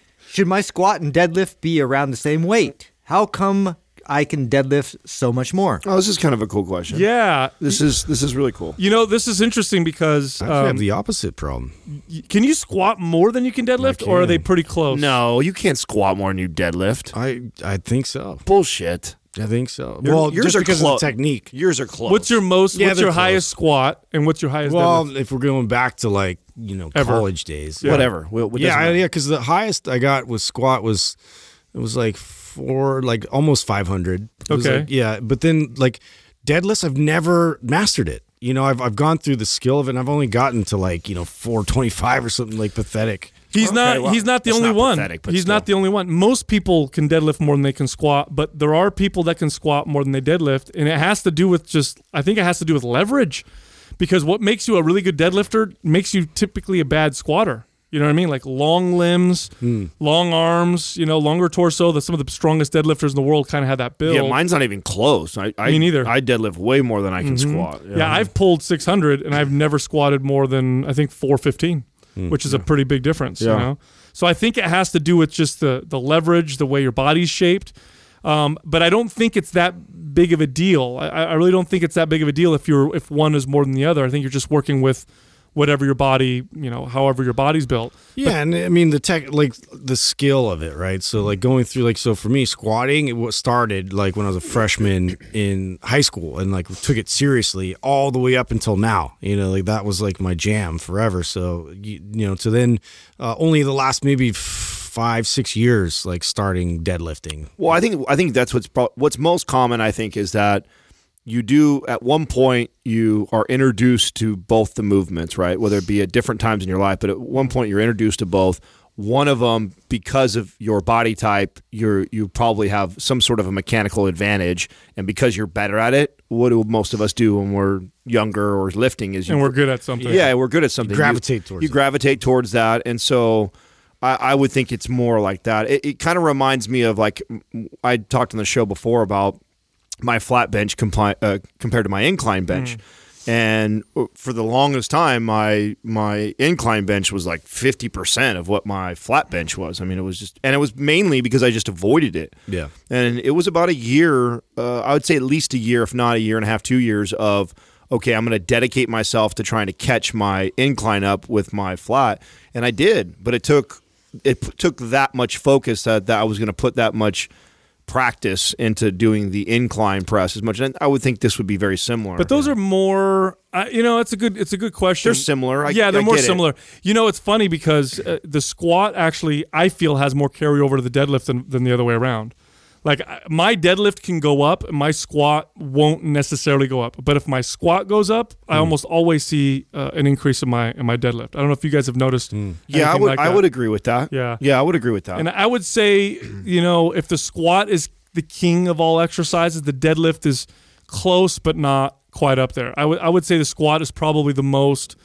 Should my squat and deadlift be around the same weight? How come I can deadlift so much more?
Oh, this is kind of a cool question.
Yeah.
This is this is really cool.
You know, this is interesting because
I actually
um,
have the opposite problem.
y- can you squat more than you can deadlift, or are they pretty close?
No, you can't squat more than you deadlift.
I I think so.
Bullshit.
I think so.
Your-
well,
yours
just
are
because
clo-
of the technique.
Yours are close.
What's your most?
Yeah,
what's
they're
your highest squat, and what's your highest?
Well,
deadlift?
if we're going back to like you know
Ever.
college days,
whatever? What- what
yeah,
doesn't
I-
matter.
yeah, because the highest I got was squat was it was like four, like almost five hundred.
Okay.
yeah, but then like deadlifts, I've never mastered it. You know, I've I've gone through the skill of it, and I've only gotten to like you know four twenty five or something like pathetic.
He's
Okay,
not.
well,
he's not the
that's
only
not
one.
pathetic, but
he's not the
still.
only one. Most people can deadlift more than they can squat, but there are people that can squat more than they deadlift, and it has to do with just. I think it has to do with leverage, because what makes you a really good deadlifter makes you typically a bad squatter. You know what I mean? Like long limbs,
Hmm.
long arms. You know, longer torso. That some of the strongest deadlifters in the world kind of have that build.
Yeah, mine's not even close. I, I
Me neither.
I deadlift way more than I can
Mm-hmm.
squat.
Yeah, I've pulled 600 and I've never squatted more than I think 415, which is a pretty big difference. You
Hmm. Yeah.
know, so I think it has to do with just the the leverage, the way your body's shaped. Um, but I don't think it's that big of a deal. I, I really don't think it's that big of a deal if you're if one is more than the other. I think you're just working with whatever your body, you know, however your body's built.
Yeah, and I mean the tech, like the skill of it, right? So like going through, like so for me, squatting it wa- started like when I was a freshman in high school, and like took it seriously all the way up until now. You know, like that was like my jam forever. So you, you know, to then uh, only the last maybe f- five six years, like starting deadlifting.
Well, I think I think that's what's pro- what's most common. I think is that you do at one point you are introduced to both the movements, right? Whether it be at different times in your life, but at one point you're introduced to both. One of them, because of your body type, you're you probably have some sort of a mechanical advantage, and because you're better at it, what do most of us do when we're younger or lifting? Is you
And we're good at something.
yeah, we're good at something.
gravitate
you,
towards
You
it.
gravitate towards that, and so I, I would think it's more like that. It, it kind of reminds me of like m- I talked on the show before about my flat bench compli- uh, compared to my incline bench.
Mm.
And uh, for the longest time, my my incline bench was like fifty percent of what my flat bench was. I mean, it was just, and it was mainly because I just avoided it.
Yeah.
And it was about a year, uh, I would say at least a year, if not a year and a half, two years of, okay, I'm going to dedicate myself to trying to catch my incline up with my flat. And I did, but it took, it p- took that much focus that, that I was going to put that much practice into doing the incline press as much. And I would think this would be very similar.
But those are more, uh, you know, it's a good, it's a good question.
They're similar. I-
yeah, they're
I
more
get it.
similar. You know, it's funny because uh, the squat actually, I feel, has more carryover to the deadlift than, than the other way around. Like I- my deadlift can go up, my squat won't necessarily go up. But if my squat goes up, I
Hmm.
almost always see uh, an increase in my in my deadlift. I don't know if you guys have noticed.
Hmm. yeah, I
anything
would,
like
I
that.
would agree with that. Uh,
Yeah.
Yeah, I would agree with that.
And I would say, you know, if the squat is the king of all exercises. The deadlift is close, but not quite up there. I would I would say the squat is probably the most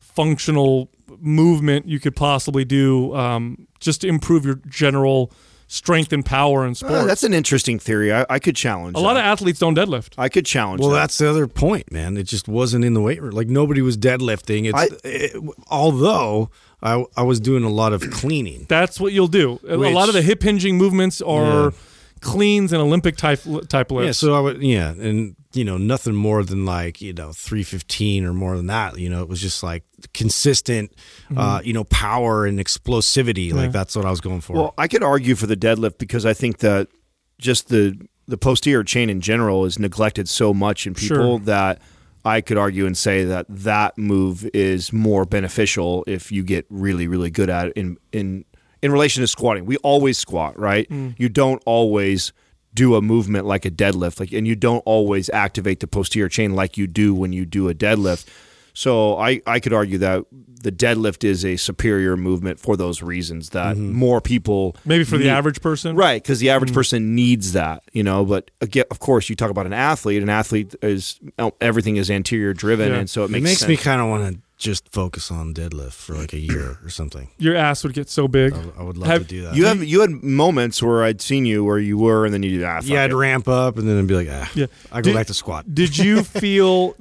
functional movement you could possibly do um, just to improve your general strength and power in sports.
Oh, that's an interesting theory. I, I could challenge.
a lot
that.
of athletes don't deadlift.
I could challenge.
Well,
that.
that's the other point, man. It just wasn't in the weight room. Like nobody was deadlifting. It's
I-
it- although I I was doing a lot of cleaning.
That's what you'll do. A- a
Which-
lot of the hip hinging movements are cleans and Olympic type type lifts.
Yeah, so I would yeah, and you know nothing more than like you know three fifteen or more than that. You know, it was just like consistent,
Mm-hmm.
uh, you know, power and explosivity. Like that's what I was going for.
Well, I could argue for the deadlift because I think that just the the posterior chain in general is neglected so much in
Sure.
people that I could argue and say that that move is more beneficial if you get really really good at it in in in relation to squatting. We always squat, right? You don't always do a movement like a deadlift like and you don't always activate the posterior chain like you do when you do a deadlift. So I, I could argue that the deadlift is a superior movement for those reasons that more people
Maybe for the
need-
average person.
right because the average person needs that you know but again of course you talk about an athlete an athlete is oh, everything is anterior driven
Yeah.
and so it
it
makes,
makes
sense.
me kind of want to just focus on deadlift for like a year or something.
Your ass would get so big.
I, I would love
Have-
to do that.
you have you had moments where I'd seen you where you were and then you did ah, fuck
yeah, I'd
it.
ramp up and then I'd be like, ah,
Yeah.
I go
Did-
back to squat.
Did you feel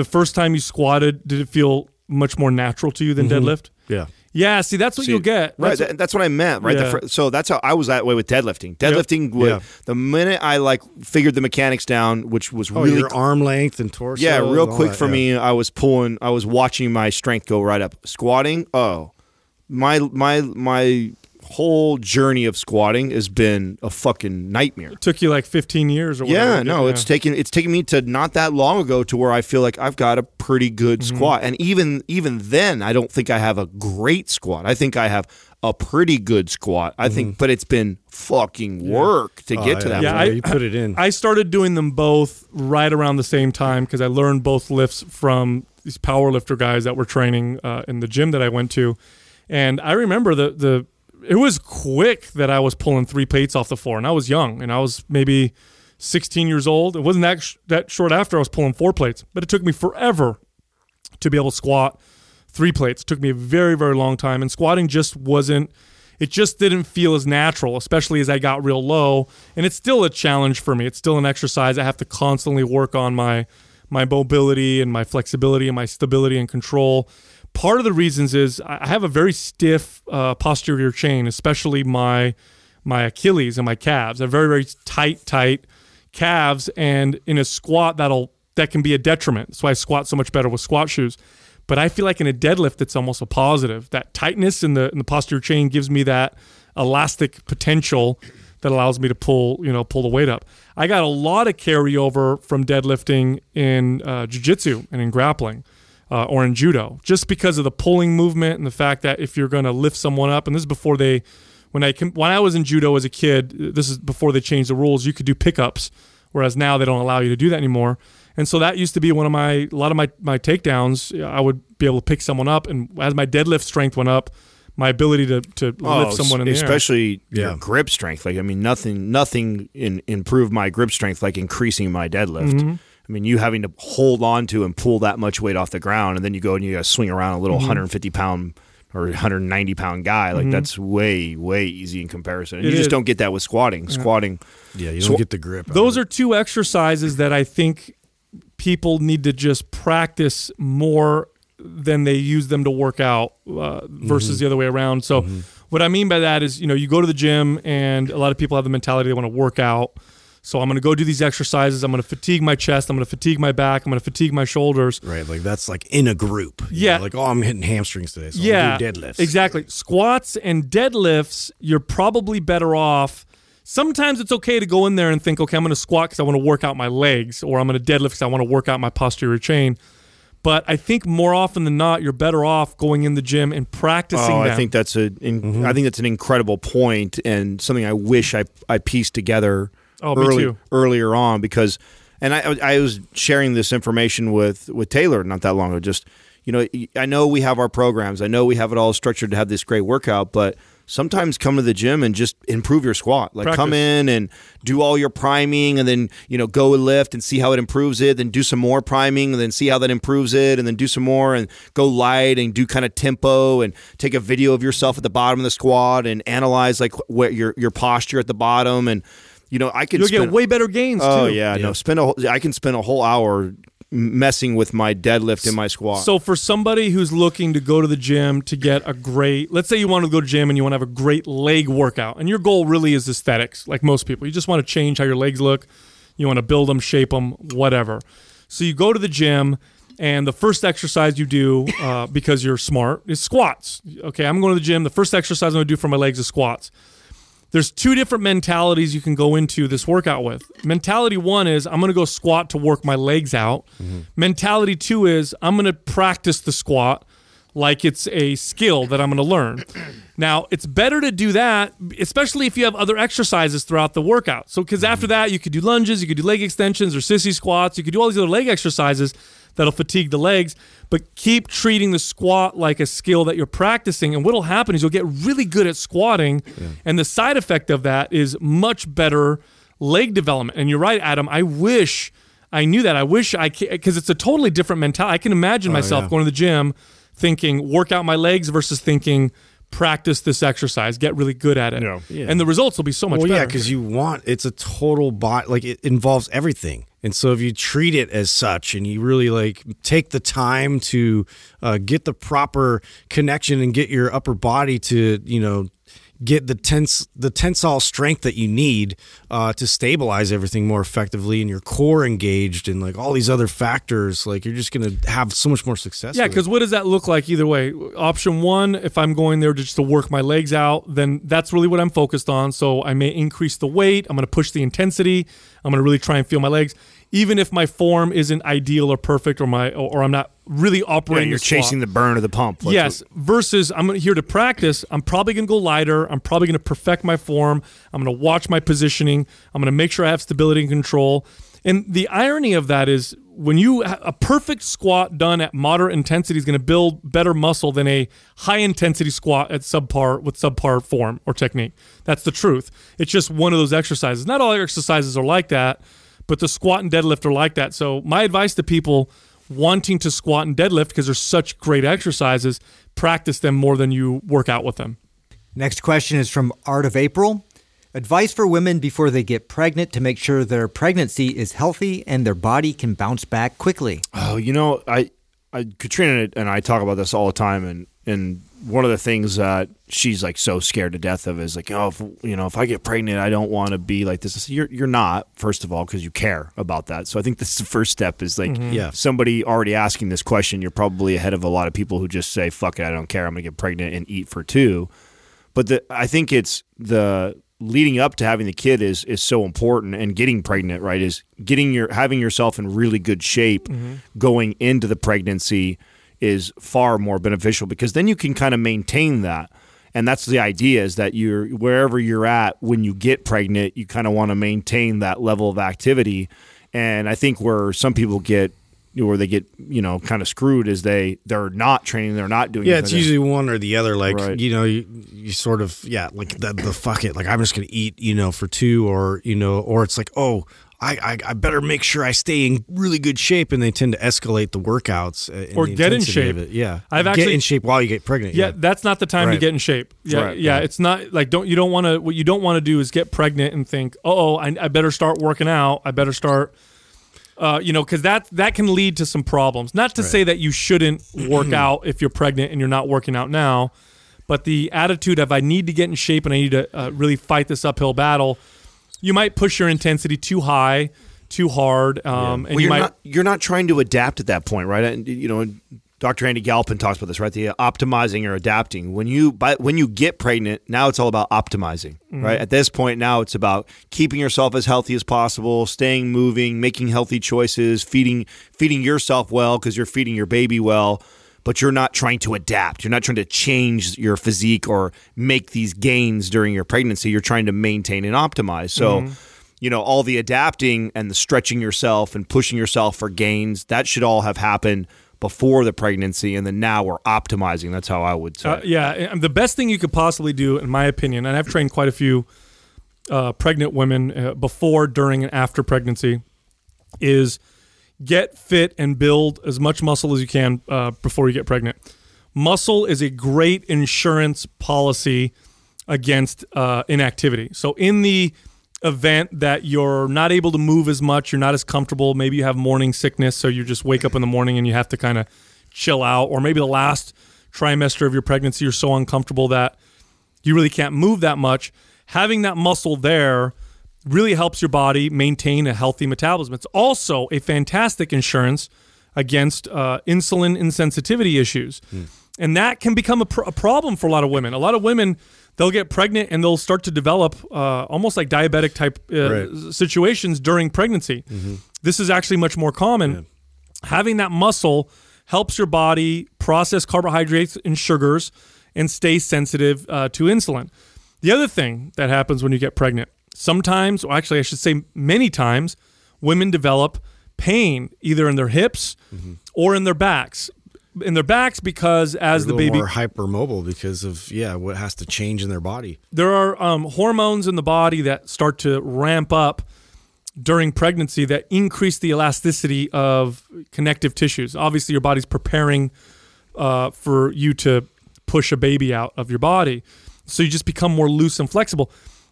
the first time you squatted? Did it feel much more natural to you than
Mm-hmm.
deadlift?
Yeah.
Yeah. See, that's what
See,
you'll get.
right.
That's
That's, that's what I meant, right? The
Yeah.
fir- so that's how I was that way with deadlifting. Deadlifting, would,
Yeah.
the minute I like figured the mechanics down, which was
Oh,
really
your arm length and torso.
Yeah,
and
real
all
quick
that,
for
yeah.
me, I was pulling, I was watching my strength go right up. Squatting, oh, my my my whole journey of squatting has been a fucking nightmare.
took you like 15 years or whatever.
Yeah, no, it's taken it's taken me to not that long ago to where I feel like I've got a pretty good
Mm-hmm.
squat, and even even then, I don't think I have a great squat. I think I have a pretty good squat. I think, but it's been fucking work to
Oh,
get to that.
Mm-hmm. Yeah,
point.
I-
you put it in.
I started doing them both right around the same time because I learned both lifts from these powerlifter guys that were training uh, in the gym that I went to, and I remember the the it was quick that I was pulling three plates off the floor, and I was young, and I was maybe 16 years old. It wasn't that sh- that short after I was pulling four plates, but it took me forever to be able to squat three plates. It took me a very, very long time. And squatting just wasn't, it just didn't feel as natural, especially as I got real low. And it's still a challenge for me. It's still an exercise. I have to constantly work on my my mobility and my flexibility and my stability and control. Part of the reasons is I I have a very stiff uh, posterior chain, especially my my Achilles and my calves. They're very, very tight, tight calves and in a squat that'll that can be a detriment. That's why I squat so much better with squat shoes. But I feel like in a deadlift it's almost a positive. That tightness in the in the posterior chain gives me that elastic potential that allows me to pull, you know, pull the weight up. I got a lot of carryover from deadlifting in uh, jiu-jitsu and in grappling uh, or in judo, just because of the pulling movement and the fact that if you're going to lift someone up, and this is before they, when I com- when I was in judo as a kid, this is before they changed the rules. You could do pickups, whereas now they don't allow you to do that anymore. And so that used to be one of my a lot of my my takedowns. I would be able to pick someone up, and as my deadlift strength went up, my ability to to
Oh,
lift someone in the air.
especially
Yeah.
your grip strength. Like I mean, nothing, nothing in, improved my grip strength like increasing my deadlift.
Mm-hmm.
I mean, you having to hold on to and pull that much weight off the ground, and then you go and you gotta swing around a little
Mm-hmm.
150 pound or 190 pound guy. Like that's way, way easy in comparison. And
It
you
is.
just don't get that with squatting. Squatting,
yeah, you
So-
don't get the grip. out
Those
of
are two exercises that I think people need to just practice more than they use them to work out uh, versus the other way around. So, what I mean by that is, you know, you go to the gym and a lot of people have the mentality they want to work out. So, I'm going to go do these exercises. I'm going to fatigue my chest. I'm going to fatigue my back. I'm going to fatigue my shoulders.
it, right. Like that's like in a group. you
Yeah.
know, like oh, I'm hitting hamstrings today. So
yeah,
I'm gonna do deadlifts.
Exactly. Squats and deadlifts, you're probably better off. Sometimes it's okay to go in there and think, okay, I'm going to squat because I want to work out my legs, or I'm going to deadlift because I want to work out my posterior chain. But I think more often than not, you're better off going in the gym and practicing.
Oh, I
them.
think that's a, in,
Mm-hmm.
I think that's an incredible point and something I wish I I pieced together
Oh, me
early,
too.
earlier on because, and I I was sharing this information with with Taylor not that long ago. Just you know, I know we have our programs. I know we have it all structured to have this great workout, but sometimes come to the gym and just improve your squat. Like come
Practice.
in and do all your priming and then, you know, go and lift and see how it improves it, then do some more priming and then see how that improves it and then do some more and go light and do kind of tempo and take a video of yourself at the bottom of the squat and analyze like what your your posture at the bottom and you know, I could
You'll get
spend-
way better gains
Oh
too.
yeah, no. Spend a whole, I can spend a whole hour messing with my deadlift and my squat.
So for somebody who's looking to go to the gym to get a great, let's say you want to go to the gym and you want to have a great leg workout, and your goal really is aesthetics, like most people. You just want to change how your legs look, you want to build them, shape them, whatever. So you go to the gym, and the first exercise you do uh, because you're smart is squats. Okay, I'm going to the gym. The first exercise I'm going to do for my legs is squats there's two different mentalities you can go into this workout with. Mentality one is I'm gonna go squat to work my legs out. Mentality two is I'm gonna practice the squat like it's a skill that I'm gonna learn. Now, it's better to do that, especially if you have other exercises throughout the workout. So, because after that, you could do lunges, you could do leg extensions or sissy squats, you could do all these other leg exercises that'll fatigue the legs, but keep treating the squat like a skill that you're practicing. And what'll happen is you'll get really good at squatting. And the side effect of that is much better leg development. And you're right, Adam. I wish I knew that. I wish I could, because it's a totally different mentality. I can imagine myself going to the gym thinking, work out my legs versus thinking, practice this exercise, get really good at it. And the results will be so much
well,
better.
yeah, because you want it's a total bot. Like it involves everything, and so if you treat it as such, and you really like take the time to uh, get the proper connection and get your upper body to you know get the tense the tensile strength that you need uh, to stabilize everything more effectively, and your core engaged, and like all these other factors, like you're just gonna have so much more success.
Yeah,
with it.
because what does that look like either way? Option one, if I'm going there just to work my legs out, then that's really what I'm focused on. So I may increase the weight. I'm going to push the intensity. I'm going to really try and feel my legs, even if my form isn't ideal or perfect, or my or, or I'm not really
Yeah,
operating.
you're
the squat.
chasing the burn of the pump. Like,
Yes. Versus, I'm gonna- here to practice. I'm probably going to go lighter. I'm probably going to perfect my form. I'm going to watch my positioning. I'm going to make sure I have stability and control. And the irony of that is, when you ha- a perfect squat done at moderate intensity is going to build better muscle than a high intensity squat at subpar with subpar form or technique. That's the truth. It's just one of those exercises. Not all exercises are like that, but the squat and deadlift are like that. So my advice to people wanting to squat and deadlift because they're such great exercises, practice them more than you work out with them.
Next question is from Art of April. Advice for women before they get pregnant to make sure their pregnancy is healthy and their body can bounce back quickly.
Oh, you know, I, I Katrina and I talk about this all the time, and and one of the things that she's like so scared to death of is like, oh, if, you know, if I get pregnant, I don't want to be like this. I said, You're you're not first of all because you care about that. So I think this is the first step is
Mm-hmm.
like,
Yeah.
somebody already asking this question, you're probably ahead of a lot of people who just say, fuck it, I don't care, I'm gonna get pregnant and eat for two. but the I think it's the leading up to having the kid is is so important and getting pregnant right is getting your having yourself in really good shape
Mm-hmm.
going into the pregnancy is far more beneficial because then you can kind of maintain that and that's the idea is that you're wherever you're at when you get pregnant you kind of want to maintain that level of activity and I think where some people get where they get you know kind of screwed is they they're not training they're not doing
Yeah, it's
anything.
usually one or the other. Like
Right.
you know, you, you sort of yeah, like the, the fuck it. Like I'm just gonna eat, you know, for two, or you know, or it's like oh, I I, I better make sure I stay in really good shape, and they tend to escalate the workouts uh, and
Or
the
get in
intensity
shape.
of it. Yeah,
I've
get
actually-
in shape while you get pregnant.
Yeah, that's not the time to
Right.
get in shape. Yeah,
Right,
yeah,
right.
it's not like don't you don't want to what you don't want to do is get pregnant and think, oh, I, I better start working out. I better start, uh, you know, because that that can lead to some problems. Not to say that you shouldn't work out if you're pregnant and you're not working out now, but the attitude of I need to get in shape and I need to uh, really fight this uphill battle. You might push your intensity too high, too hard, um, and
well,
you
you're
might.
not you're not trying to adapt at that point, right? And you know, and Dr. Andy Galpin talks about this, right? The optimizing or adapting. When you by, when you get pregnant, now it's all about optimizing,
Mm-hmm.
right? At this point, now it's about keeping yourself as healthy as possible, staying moving, making healthy choices, feeding feeding yourself well because you're feeding your baby well. But you're not trying to adapt. You're not trying to change your physique or make these gains during your pregnancy. You're trying to maintain and optimize. So
Mm-hmm.
you know, all the adapting and the stretching yourself and pushing yourself for gains, that should all have happened before the pregnancy, and then now we're optimizing. That's how I would say.
Uh,
it.
yeah, and the best thing you could possibly do, in my opinion, and I've trained quite a few uh, pregnant women uh, before, during, and after pregnancy, is get fit and build as much muscle as you can uh, before you get pregnant. Muscle is a great insurance policy against uh, inactivity. So, in the event that you're not able to move as much, you're not as comfortable, maybe you have morning sickness, so you just wake up in the morning and you have to kind of chill out, or maybe the last trimester of your pregnancy, you're so uncomfortable that you really can't move that much. Having that muscle there really helps your body maintain a healthy metabolism. It's also a fantastic insurance against uh, insulin insensitivity issues. And that can become a, pr- a problem for a lot of women. A lot of women, they'll get pregnant and they'll start to develop uh, almost like diabetic type uh, s- situations during pregnancy. This is actually much more common having that muscle helps your body process carbohydrates and sugars and stay sensitive uh, to insulin. The other thing that happens when you get pregnant, sometimes, or actually, I should say many times, women develop pain either in their hips
Mm-hmm.
or in their backs. In their backs, because as the
a little
baby
more hypermobile because of yeah what has to change in their body.
there are um, hormones in the body that start to ramp up during pregnancy that increase the elasticity of connective tissues. Obviously, your body's preparing uh, for you to push a baby out of your body. So you just become more loose and flexible.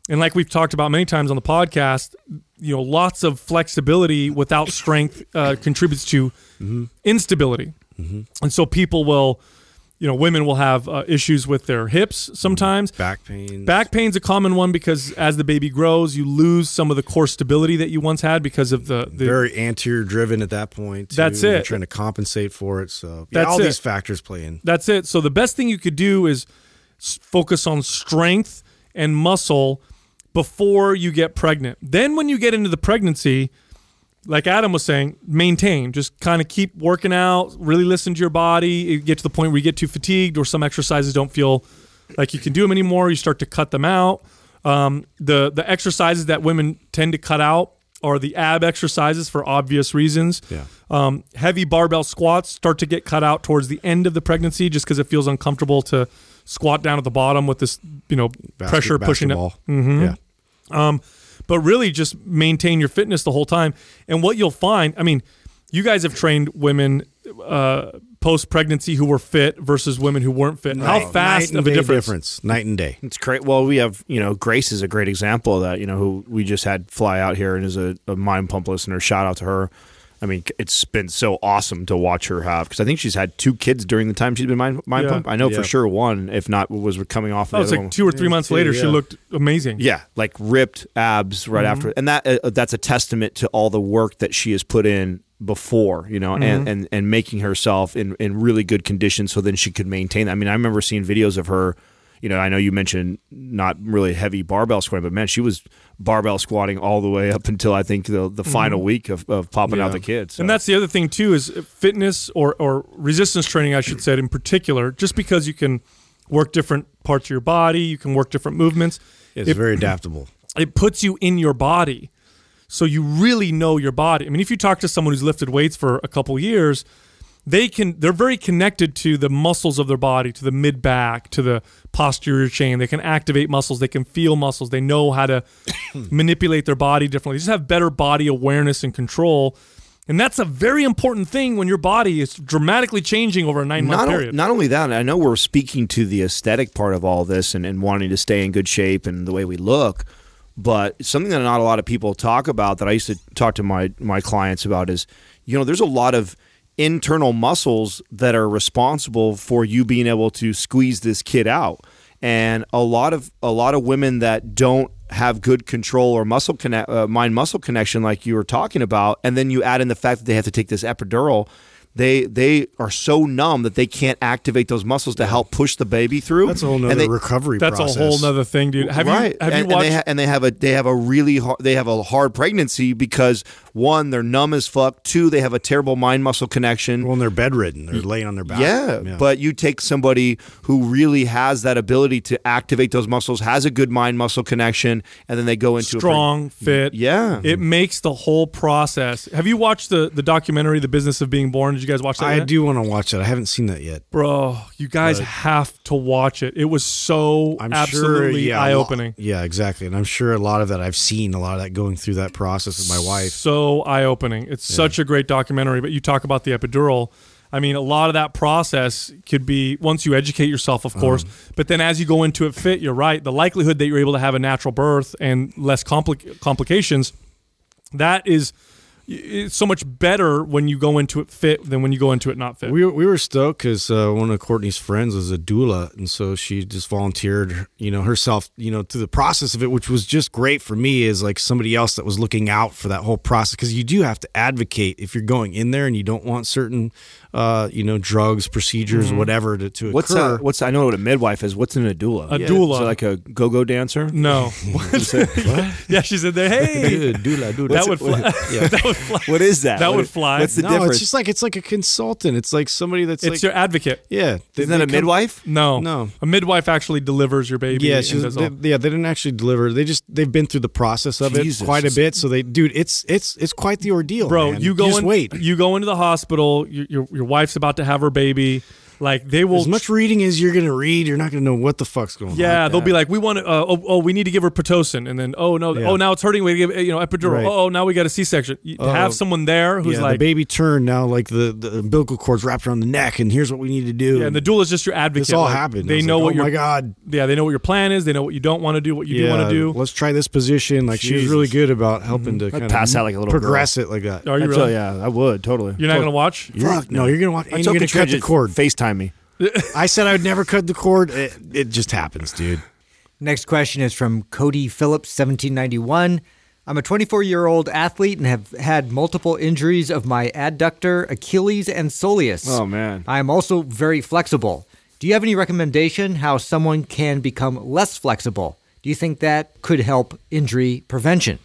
And like we've talked about many times on the podcast, you know, lots of flexibility without strength uh, contributes to instability. And so people will, you know, women will have uh, issues with their hips sometimes.
Back pain.
Back pain's a common one because as the baby grows, you lose some of the core stability that you once had because of the, the
very anterior driven at that point. too,
That's
and
it.
They're trying to compensate for it. So yeah,
That's
all
it.
these factors play in.
That's it. So the best thing you could do is s- focus on strength and muscle before you get pregnant. Then when you get into the pregnancy, like Adam was saying, maintain. Just kind of keep working out, really listen to your body. It get to the point where you get too fatigued or some exercises don't feel like you can do them anymore. You start to cut them out. Um, the the exercises that women tend to cut out are the ab exercises for obvious reasons. Yeah. Um, heavy barbell squats start to get cut out towards the end of the pregnancy just because it feels uncomfortable to squat down at the bottom with this you know
Basket-
pressure pushing Mm-hmm. it
basketball. Yeah.
but really just maintain your fitness the whole time. And what you'll find, I mean, you guys have trained women uh, post pregnancy who were fit versus women who weren't fit. How fast
Night and
of a
day
difference?
Night and day.
It's great. Well, we have you know Grace is a great example of that. You know who we just had fly out here and is a, a mind pump listener. Shout out to her. I mean, it's been so awesome to watch her have because I think she's had two kids during the time she's been mind, mind
Yeah.
pump. I know
Yeah.
for sure one, if not, was coming off.
Oh,
the
it's
other
like
one.
two or three months
two,
later, she
yeah.
looked amazing. Mm-hmm.
Yeah, like ripped abs right after, and that uh, that's a testament to all the work that she has put in before, you know,
Mm-hmm.
and, and and making herself in in really good condition, so then she could maintain. that. I mean, I remember seeing videos of her. You know, I know you mentioned not really heavy barbell squatting, but man, she was barbell squatting all the way up until I think the the final week of, of popping out the kids.
Mm-hmm. And that's the other thing too is fitness or, or resistance training, I should say, in particular, just because you can work different parts of your body, you can work different movements.
It's
If-
very adaptable.
it puts you in your body. So you really know your body. I mean, if you talk to someone who's lifted weights for a couple years, they can they're very connected to the muscles of their body, to the mid back, to the posterior chain. They can activate muscles, they can feel muscles, they know how to manipulate their body differently. They just have better body awareness and control. And that's a very important thing when your body is dramatically changing over a nine month
not, o-
period.
not only that, I know we're speaking to the aesthetic part of all this and, and wanting to stay in good shape and the way we look, but something that not a lot of people talk about that I used to talk to my, my clients about is, you know, there's a lot of internal muscles that are responsible for you being able to squeeze this kid out. And a lot of a lot of women that don't have good control or muscle connect, uh, mind muscle connection like you were talking about, and then you add in the fact that they have to take this epidural, they they are so numb that they can't activate those muscles to help push the baby through.
That's a whole nother
and they,
recovery
that's
process.
a whole nother thing, dude. Have
right.
you have
and,
you
and
watched
they, ha- and they have a they have a really hard, they have a hard pregnancy because one they're numb as fuck, two they have a terrible mind muscle connection.
Well, and they're bedridden. They're laying on their back.
Yeah, but you take somebody who really has that ability to activate those muscles, has a good mind muscle connection, and then they go into
strong, fit.
Yeah.
it makes the whole process. Have you watched the the documentary "The Business of Being Born"? Did you guys watch that?
I
yet?
do want to watch that. I haven't seen that yet.
bro. You guys have to watch it. It was so
I'm
absolutely
sure, yeah, a lot-
eye opening.
Yeah, exactly. And I'm sure a lot of that I've seen a lot of that going through that process with my wife.
So eye opening. It's such a great documentary. But you talk about the epidural. I mean, a lot of that process could be once you educate yourself,
Uh-huh.
of course. but then as you go into it, fit you're right. The likelihood that you're able to have a natural birth and less compli- complications, that is, it's so much better when you go into it fit than when you go into it not fit.
We, we were stoked because uh, one of Courtney's friends was a doula, and so she just volunteered, you know, herself, you know, through the process of it, which was just great for me as like somebody else that was looking out for that whole process because you do have to advocate if you're going in there and you don't want certain, uh, you know, drugs, procedures, whatever to, to
Mm-hmm. What's uh,
occur.
a, what's I know what a midwife is. What's an adula?
A doula.
So like a go-go dancer.
no. yeah, she's in there. Hey,
doula, doula.
that would fly. that would fly.
What is that?
That
What-
would fly.
What's the
no,
difference?
it's just like it's like a consultant. It's like somebody that's
It's
like
your advocate.
yeah. They-
Isn't that
they
a
come-
midwife?
No,
No.
A midwife actually delivers your baby.
Yeah,
and
she was,
does
they,
all-
yeah, they didn't actually deliver. They just they've been through the process of
Jesus.
it quite a bit. So they, dude, it's it's it's quite the ordeal,
bro.
man.
You go
just
in,
wait.
You go into the hospital. Your, your your wife's about to have her baby. Like they will.
as much reading as you're gonna read, you're not gonna know what the fuck's going on.
yeah, they'll be like, we want to. Uh, oh, oh, we need to give her pitocin, and then oh no,
Yeah.
oh now it's hurting. We give uh, you know epidural.
Right. Uh,
Oh, oh, now we got a C-section. You have someone there who's
yeah,
like,
the baby turned now, like the, the umbilical cord's wrapped around the neck, and here's what we need to do.
yeah, and the doula is just your advocate.
this all
Like,
happened. I
They
was
know
like,
what
oh
your
my god.
yeah, they know what your plan is. They know what you don't want to do, what you do want to do. Mm-hmm.
Let's try this position. Like she was
Jesus.
really good about helping to kind
pass
of
out like a little girl.
progress it like that.
Are you
I'd
really?
tell- yeah, I would totally.
You're not gonna watch?
You're- no, you're gonna watch.
I
And you're gonna cut the cord.
Facetime me.
I said I would never cut the cord. It, it just happens, dude.
Next question is from Cody Phillips, 1791. I'm a 24 year old athlete and have had multiple injuries of my adductor, Achilles, and soleus.
Oh, man.
I am also very flexible. Do you have any recommendation how someone can become less flexible? Do you think that could help injury prevention?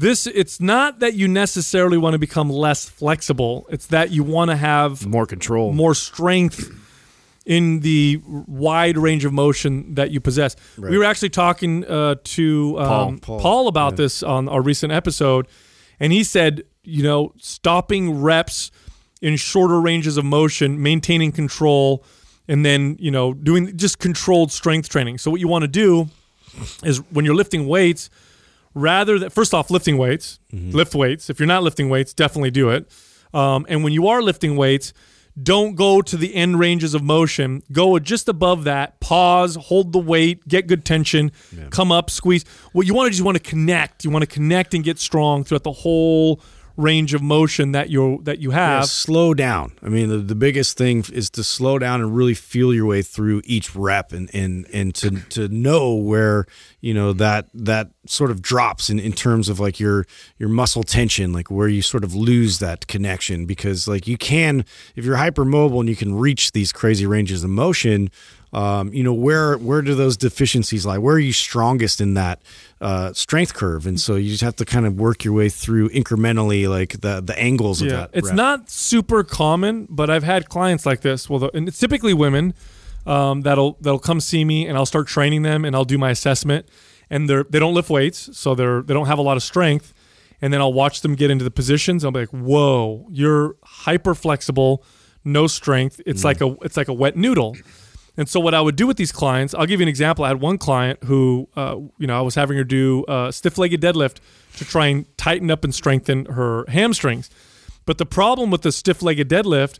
this it's not that you necessarily want to become less flexible it's that you want to have
More control.
more strength in the wide range of motion that you possess we were actually talking uh, to um, paul,
Paul.
about this on our recent episode and he said you know stopping reps in shorter ranges of motion maintaining control and then you know doing just controlled strength training so what you want to do is when you're lifting weights rather than first off lifting weights lift weights if you're not lifting weights definitely do it um, and when you are lifting weights don't go to the end ranges of motion go just above that pause hold the weight get good tension come up squeeze what you want to just want to connect you want to connect and get strong throughout the whole range of motion that you that you
Yeah,
have
slow down. I mean, the, the biggest thing is to slow down and really feel your way through each rep, and and and to to know where you know that that sort of drops in, in terms of like your your muscle tension, like where you sort of lose that connection, because like you can if you're hypermobile and you can reach these crazy ranges of motion. Um, you know where where do those deficiencies lie? Where are you strongest in that uh, strength curve? And so you just have to kind of work your way through incrementally, like the the angles of that.
It's
rep.
not super common, but I've had clients like this. Well, the, and it's typically women um, that'll that'll come see me, and I'll start training them, and I'll do my assessment. And they're they don't lift weights, so they're they don't have a lot of strength. And then I'll watch them get into the positions. I'll be like, "Whoa, you're hyper flexible, no strength.
Mm.
It's like a it's like a wet noodle." And so what I would do with these clients, I'll give you an example. I had one client who, uh, you know, I was having her do a stiff-legged deadlift to try and tighten up and strengthen her hamstrings. But the problem with the stiff-legged deadlift,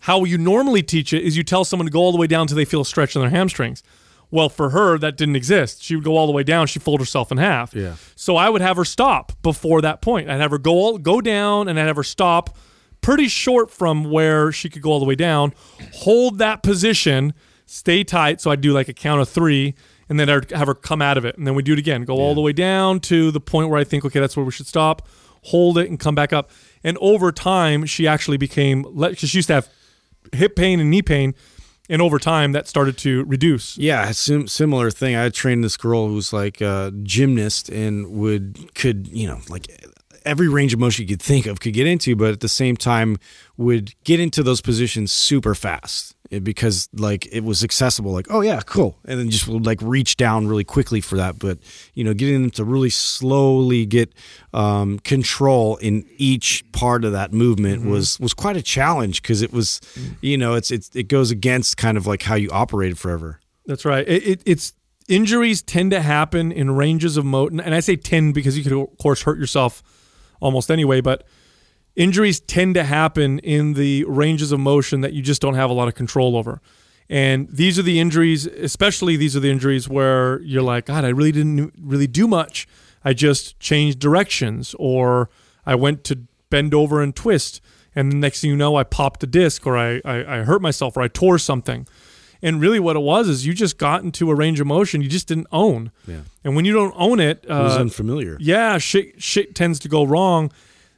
how you normally teach it is you tell someone to go all the way down till they feel a stretch in their hamstrings. Well, for her, that didn't exist. She would go all the way down. She fold herself in half. Yeah. So I would have her stop before that point. I'd have her go all, go down, and I'd have her stop pretty short from where she could go all the way down. Hold that position, stay tight. So I'd do like a count of three, and then I'd have her come out of it. And then we do it again. Go all the way down to the point where I think, okay, that's where we should stop. Hold it and come back up. And over time, she actually became because she used to have hip pain and knee pain, and over time that started to reduce.
Yeah, sim- similar thing. I trained this girl who's like a gymnast and would could you know like every range of motion you could think of could get into, but at the same time would get into those positions super fast. it- because like it was accessible. Like, oh yeah, cool, and then just would like reach down really quickly for that. But you know, getting them to really slowly get um, control in each part of that movement was was quite a challenge because it was, you know, it's it's it goes against kind of like how you operated forever.
That's right. It, it, it's injuries tend to happen in ranges of mo, and I say tend because you could of course hurt yourself almost anyway, but injuries tend to happen in the ranges of motion that you just don't have a lot of control over. And these are the injuries, especially these are the injuries where you're like, God, I really didn't really do much. I just changed directions, or I went to bend over and twist, and the next thing you know, I popped a disc, or I, I, I hurt myself, or I tore something. And really, what it was is you just got into a range of motion you just didn't own. Yeah. And when you don't own it,
It was
uh,
unfamiliar.
yeah, shit shit tends to go wrong.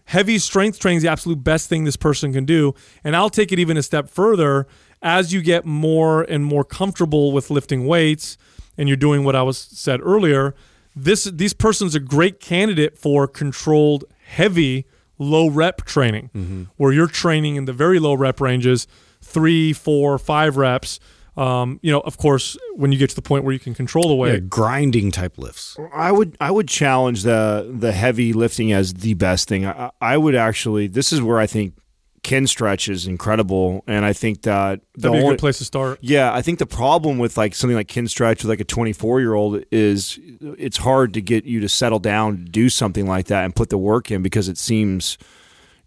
Heavy strength training is the absolute best thing this person can do. And I'll take it even a step further. As you get more and more comfortable with lifting weights and you're doing what I was said earlier, this these person's a great candidate for controlled heavy low rep training,
Mm-hmm.
where you're training in the very low rep ranges, three, four, five reps. Um, you know, of course, when you get to the point where you can control the weight,
Yeah, grinding type lifts.
I would I would challenge the the heavy lifting as the best thing. I, I would actually. This is where I think kin stretch is incredible, and I think that the
that'd be a
only-
good place to start.
Yeah, I think the problem with like something like kin stretch with like a 24 year old is it's hard to get you to settle down to do something like that and put the work in because it seems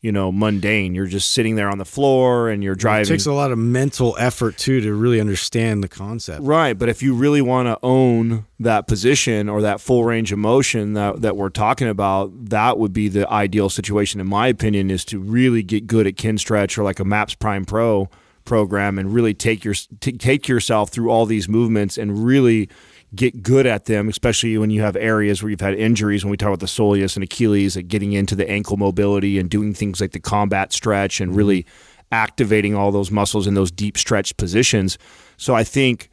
you know mundane. You're just sitting there on the floor and you're
It
driving.
takes a lot of mental effort too to really understand the concept.
Right, but if you really want to own that position or that full range of motion that, that we're talking about, that would be the ideal situation, in my opinion, is to really get good at kin stretch or like a Maps Prime Pro program and really take your t- take yourself through all these movements and really get good at them, especially when you have areas where you've had injuries. When we talk about the soleus and Achilles, like getting into the ankle mobility and doing things like the combat stretch and really activating all those muscles in those deep stretch positions. So I think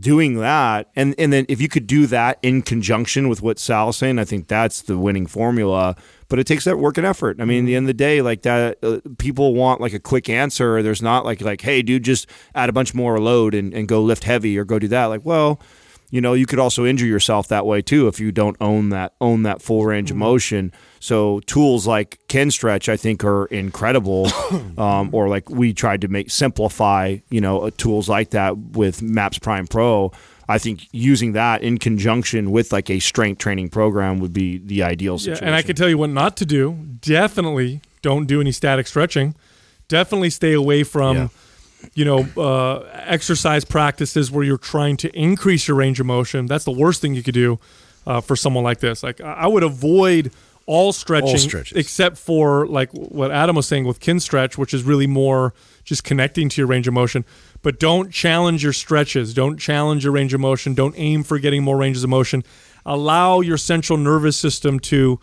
doing that and and then if you could do that in conjunction with what Sal's saying, I think that's the winning formula. But it takes that work and effort. I mean, at the end of the day, like that, uh, people want like a quick answer. There's not like like, hey, dude, just add a bunch more load and, and go lift heavy or go do that. Like, well, you know, you could also injure yourself that way too if you don't own that own that full range
Mm-hmm.
of motion. So tools like Ken Stretch, I think, are incredible. um, or like we tried to make simplify, you know, uh, tools like that with Maps Prime Pro. I think using that in conjunction with like a strength training program would be the ideal
Yeah,
situation.
and I can tell you what not to do. Definitely don't do any static stretching. Definitely stay away from, you know, uh, exercise practices where you're trying to increase your range of motion. That's the worst thing you could do uh, for someone like this. Like I I would avoid all stretching
stretches.
except for like what Adam was saying with kin stretch, which is really more just connecting to your range of motion. But don't challenge your stretches. Don't challenge your range of motion. Don't aim for getting more ranges of motion. Allow your central nervous system to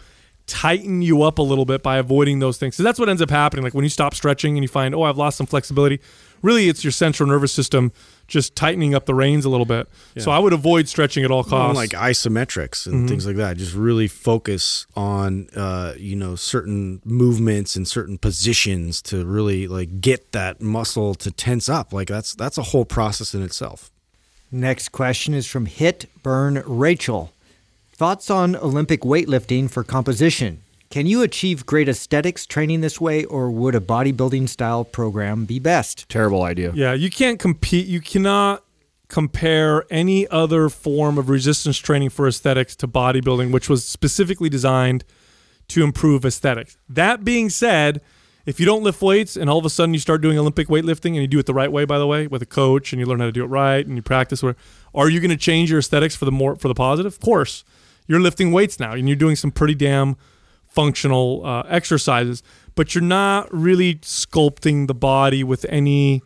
tighten you up a little bit by avoiding those things. So that's what ends up happening. Like when you stop stretching and you find, oh, I've lost some flexibility. Really, it's your central nervous system just tightening up the reins a little bit. So I would avoid stretching at all
on,
costs.
like isometrics
Mm-hmm.
and things like that. Just really focus on uh, you know certain movements and certain positions to really like get that muscle to tense up. Like that's that's a whole process in itself.
Next question is from Hit Burn Rachel. Thoughts on Olympic weightlifting for composition? Can you achieve great aesthetics training this way, or would a bodybuilding style program be best?
Terrible idea.
Yeah, you can't compete. You cannot compare any other form of resistance training for aesthetics to bodybuilding, which was specifically designed to improve aesthetics. That being said, if you don't lift weights and all of a sudden you start doing Olympic weightlifting and you do it the right way, by the way, with a coach and you learn how to do it right and you practice, where are you going to change your aesthetics for the more for the positive? Of course, you're lifting weights now and you're doing some pretty damn functional uh, exercises, but you're not really sculpting the body with any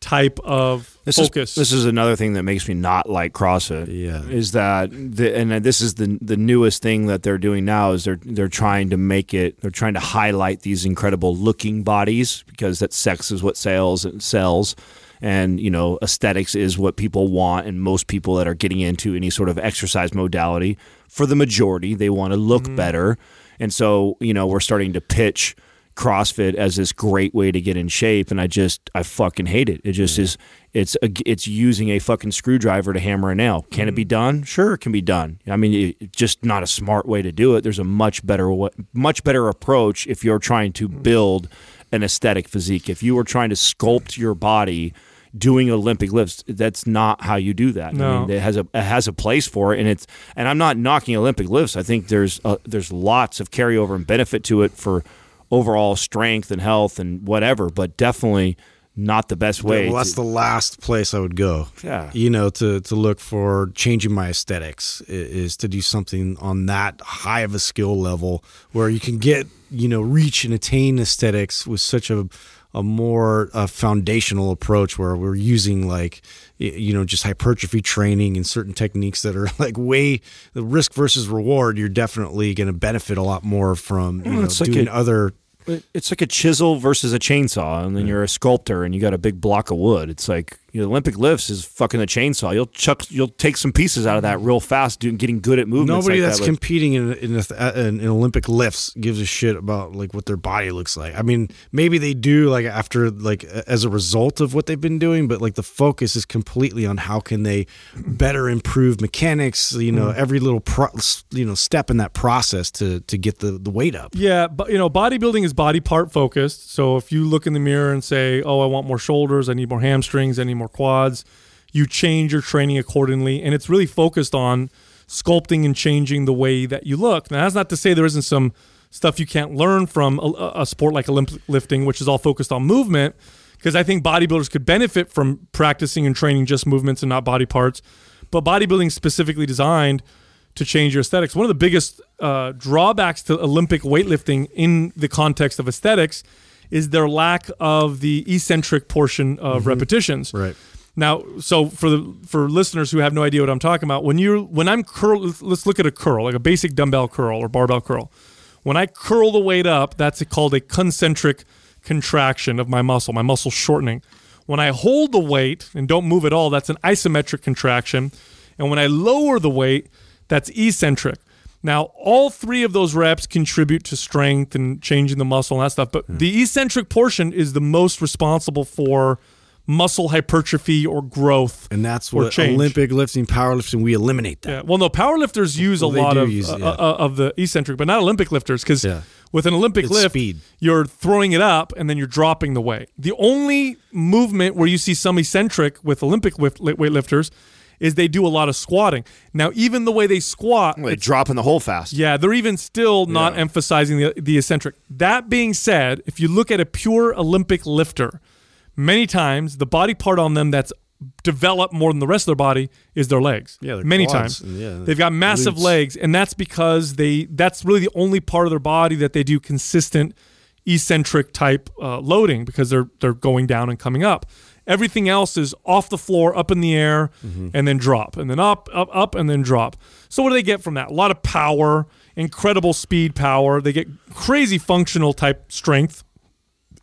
type of
This
focus.
Is, this is another thing that makes me not like CrossFit.
Yeah.
is that the, and this is the the newest thing that they're doing now is they're they're trying to make it they're trying to highlight these incredible looking bodies because that sex is what sells and sells, and you know aesthetics is what people want and most people that are getting into any sort of exercise modality for the majority they want to look better, and so you know we're starting to pitch. CrossFit as this great way to get in shape, and I just I fucking hate it. It just is It's a, it's using a fucking screwdriver to hammer a nail. Can it be done? Sure, it can be done. I mean, it, it's just not a smart way to do it. There's a much better wa- much better approach if you're trying to build an aesthetic physique. If you were trying to sculpt your body doing Olympic lifts, that's not how you do that. I
No.
mean, it has a it has a place for it, and it's and I'm not knocking Olympic lifts. I think there's uh, there's lots of carryover and benefit to it for overall strength and health and whatever, but definitely not the best way.
well,
to-
that's the last place I would go.
Yeah.
you know, to to look for changing my aesthetics i- is to do something on that high of a skill level where you can get you know reach and attain aesthetics with such a a more uh, foundational approach where we're using like y- you know just hypertrophy training and certain techniques that are like way the risk versus reward. You're definitely going to benefit a lot more from you know
it's like
doing
a-
other
It- It's like a chisel versus a chainsaw, and then you're a sculptor, and you got a big block of wood. It's like you know, Olympic lifts is fucking a chainsaw. You'll chuck, you'll take some pieces out of that real fast, doing getting good at movements.
Nobody
like
that's
that, but-
competing in in, a, in in Olympic lifts gives a shit about like what their body looks like. I mean, maybe they do like after like a- as a result of what they've been doing, but like the focus is completely on how can they better improve mechanics. You know, every little pro, you know step in that process to to get the the weight up.
Yeah, but you know, bodybuilding is body part focused. So if you look in the mirror and say, "Oh, I want more shoulders, I need more hamstrings, I need more quads," you change your training accordingly, and it's really focused on sculpting and changing the way that you look. Now, that's not to say there isn't some stuff you can't learn from a, a sport like Olympic lifting, which is all focused on movement, because I think bodybuilders could benefit from practicing and training just movements and not body parts. But bodybuilding is specifically designed to change your aesthetics. One of the biggest uh, drawbacks to Olympic weightlifting in the context of aesthetics is their lack of the eccentric portion of repetitions.
Right.
Now, so for the for listeners who have no idea what I'm talking about, when you're when I'm curl, let's- let's look at a curl, like a basic dumbbell curl or barbell curl. When I curl the weight up, that's called a concentric contraction of my muscle, my muscle shortening. When I hold the weight and don't move at all, that's an isometric contraction. And when I lower the weight, that's eccentric. Now, all three of those reps contribute to strength and changing the muscle and that stuff, but the eccentric portion is the most responsible for muscle hypertrophy or growth.
And that's
or
what
change.
Olympic lifting, powerlifting, we eliminate that.
Yeah. Well, no, powerlifters use
Well,
a
they
lot
do
of
use-
uh,
yeah.
uh, of the eccentric, but not Olympic lifters because
Yeah.
with an Olympic
It's
lift,
speed.
you're throwing it up and then you're dropping the weight. The only movement where you see some eccentric with Olympic lift, weightlifters is they do a lot of squatting. Now, even the way they squat,
like dropping the hole fast.
yeah, they're even still not emphasizing the, the eccentric. That being said, if you look at a pure Olympic lifter, many times the body part on them that's developed more than the rest of their body is their legs.
Yeah, their
many
quads,
times.
yeah,
They've got massive
glutes.
legs, and that's because they that's really the only part of their body that they do consistent eccentric type uh, loading because they're they're going down and coming up. Everything else is off the floor, up in the air,
Mm-hmm.
and then drop, and then up, up, up, and then drop. So what do they get from that? A lot of power, incredible speed power. They get crazy functional type strength,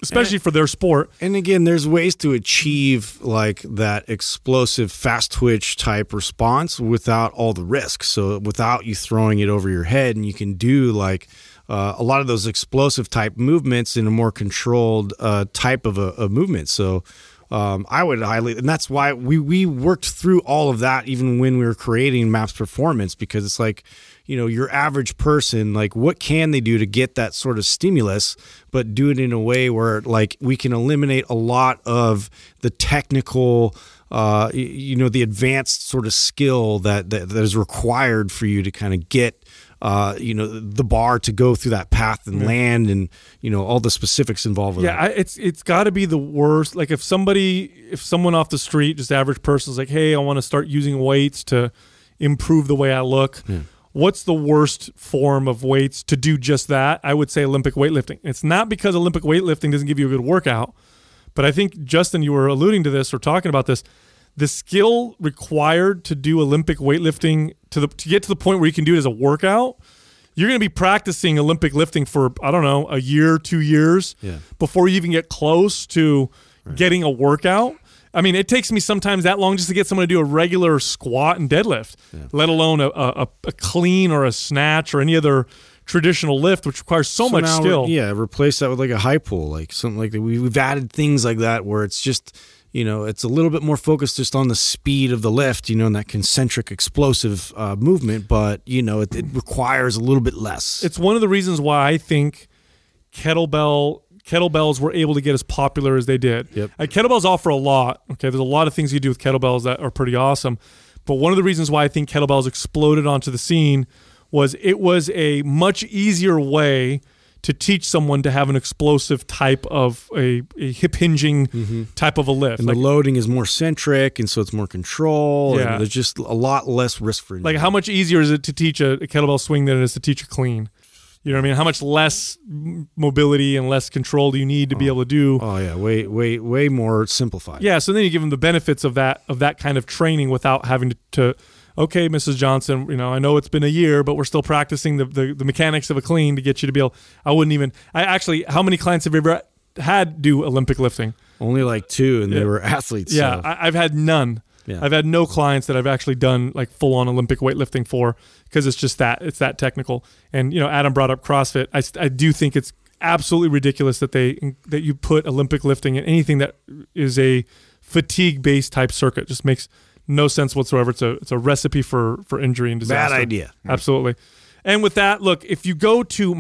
especially
Eh.
for their sport.
And again, there's ways to achieve like that explosive fast twitch type response without all the risk. So without you throwing it over your head, and you can do like uh, a lot of those explosive type movements in a more controlled uh, type of a, a movement. So um, I would highly, and that's why we we worked through all of that even when we were creating Maps Performance because it's like, you know, your average person, like, what can they do to get that sort of stimulus, but do it in a way where like we can eliminate a lot of the technical. Uh, y- you know the advanced sort of skill that, that that is required for you to kind of get uh, you know the bar to go through that path and land and you know all the specifics involved with
Yeah,
that.
I, it's it's got to be the worst. Like if somebody, if someone off the street, just average person's like, hey, I want to start using weights to improve the way I look. What's the worst form of weights to do just that? I would say Olympic weightlifting. It's not because Olympic weightlifting doesn't give you a good workout, but I think Justin, you were alluding to this or talking about this. The skill required to do Olympic weightlifting to the to get to the point where you can do it as a workout you're going to be practicing Olympic lifting for I don't know a year, two years before you even get close to getting a workout. I mean, it takes me sometimes that long just to get someone to do a regular squat and deadlift, let alone a, a, a clean or a snatch or any other traditional lift, which requires so, much
now,
skill.
Yeah, replace that with like a high pull, like something like that. We, we've added things like that where it's just you know, it's a little bit more focused just on the speed of the lift, you know, and that concentric explosive uh, movement, but, you know, it, it requires a little bit less.
It's one of the reasons why I think kettlebell kettlebells were able to get as popular as they did.
Yep.
Uh, kettlebells offer a lot. Okay, there's a lot of things you do with kettlebells that are pretty awesome. But one of the reasons why I think kettlebells exploded onto the scene was it was a much easier way to teach someone to have an explosive type of a, a hip hinging type of a lift.
Mm-hmm. and
Like-
the loading is more centric, and so it's more control.
Yeah.
And there's just a lot less risk for injury.
Like, how much easier is it to teach a, a kettlebell swing than it is to teach a clean? You know what I mean? How much less m- mobility and less control do you need to be able to do?
Oh yeah, way way way more simplified.
Yeah, so then you give them the benefits of that of that kind of training without having to. to okay, Mrs. Johnson, you know I know it's been a year, but we're still practicing the, the the mechanics of a clean to get you to be able. I wouldn't even. I actually, how many clients have you ever had do Olympic lifting?
Only like two, and they were athletes.
Yeah,
so-
I, I've had none.
Yeah.
I've had no clients that I've actually done like full on Olympic weightlifting for because it's just that it's that technical. And you know, Adam brought up CrossFit. I, s- I do think it's absolutely ridiculous that they that you put Olympic lifting in anything that is a fatigue based type circuit. Just makes no sense whatsoever. It's a it's a recipe for for injury and disaster.
idea.
Absolutely. And with that, look, if you go to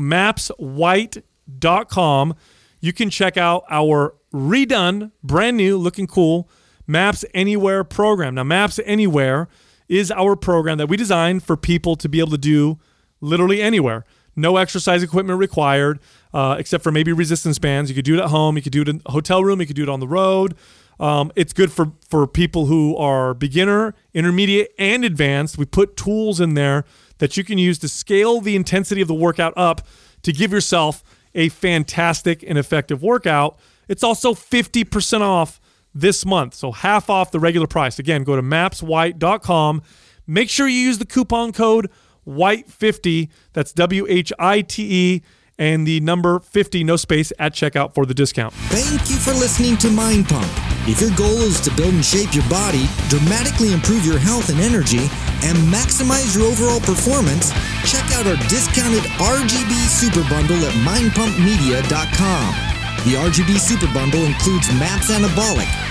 mapswhite.com, you can check out our redone, brand new, looking cool Maps Anywhere program. Now, Maps Anywhere is our program that we designed for people to be able to do literally anywhere. No exercise equipment required, uh, except for maybe resistance bands. You could do it at home. You could do it in a hotel room. You could do it on the road. Um, it's good for for people who are beginner, intermediate, and advanced. We put tools in there that you can use to scale the intensity of the workout up to give yourself a fantastic and effective workout. It's also 50% off this month, so half off the regular price. Again, go to mapswhite.com. Make sure you use the coupon code WHITE50. E, That's W H I T E and the number 50, no space, at checkout for the discount.
Thank you for listening to Mind Pump. If your goal is to build and shape your body, dramatically improve your health and energy, and maximize your overall performance, check out our discounted RGB Super Bundle at mindpumpmedia.com. The RGB Super Bundle includes MAPS Anabolic,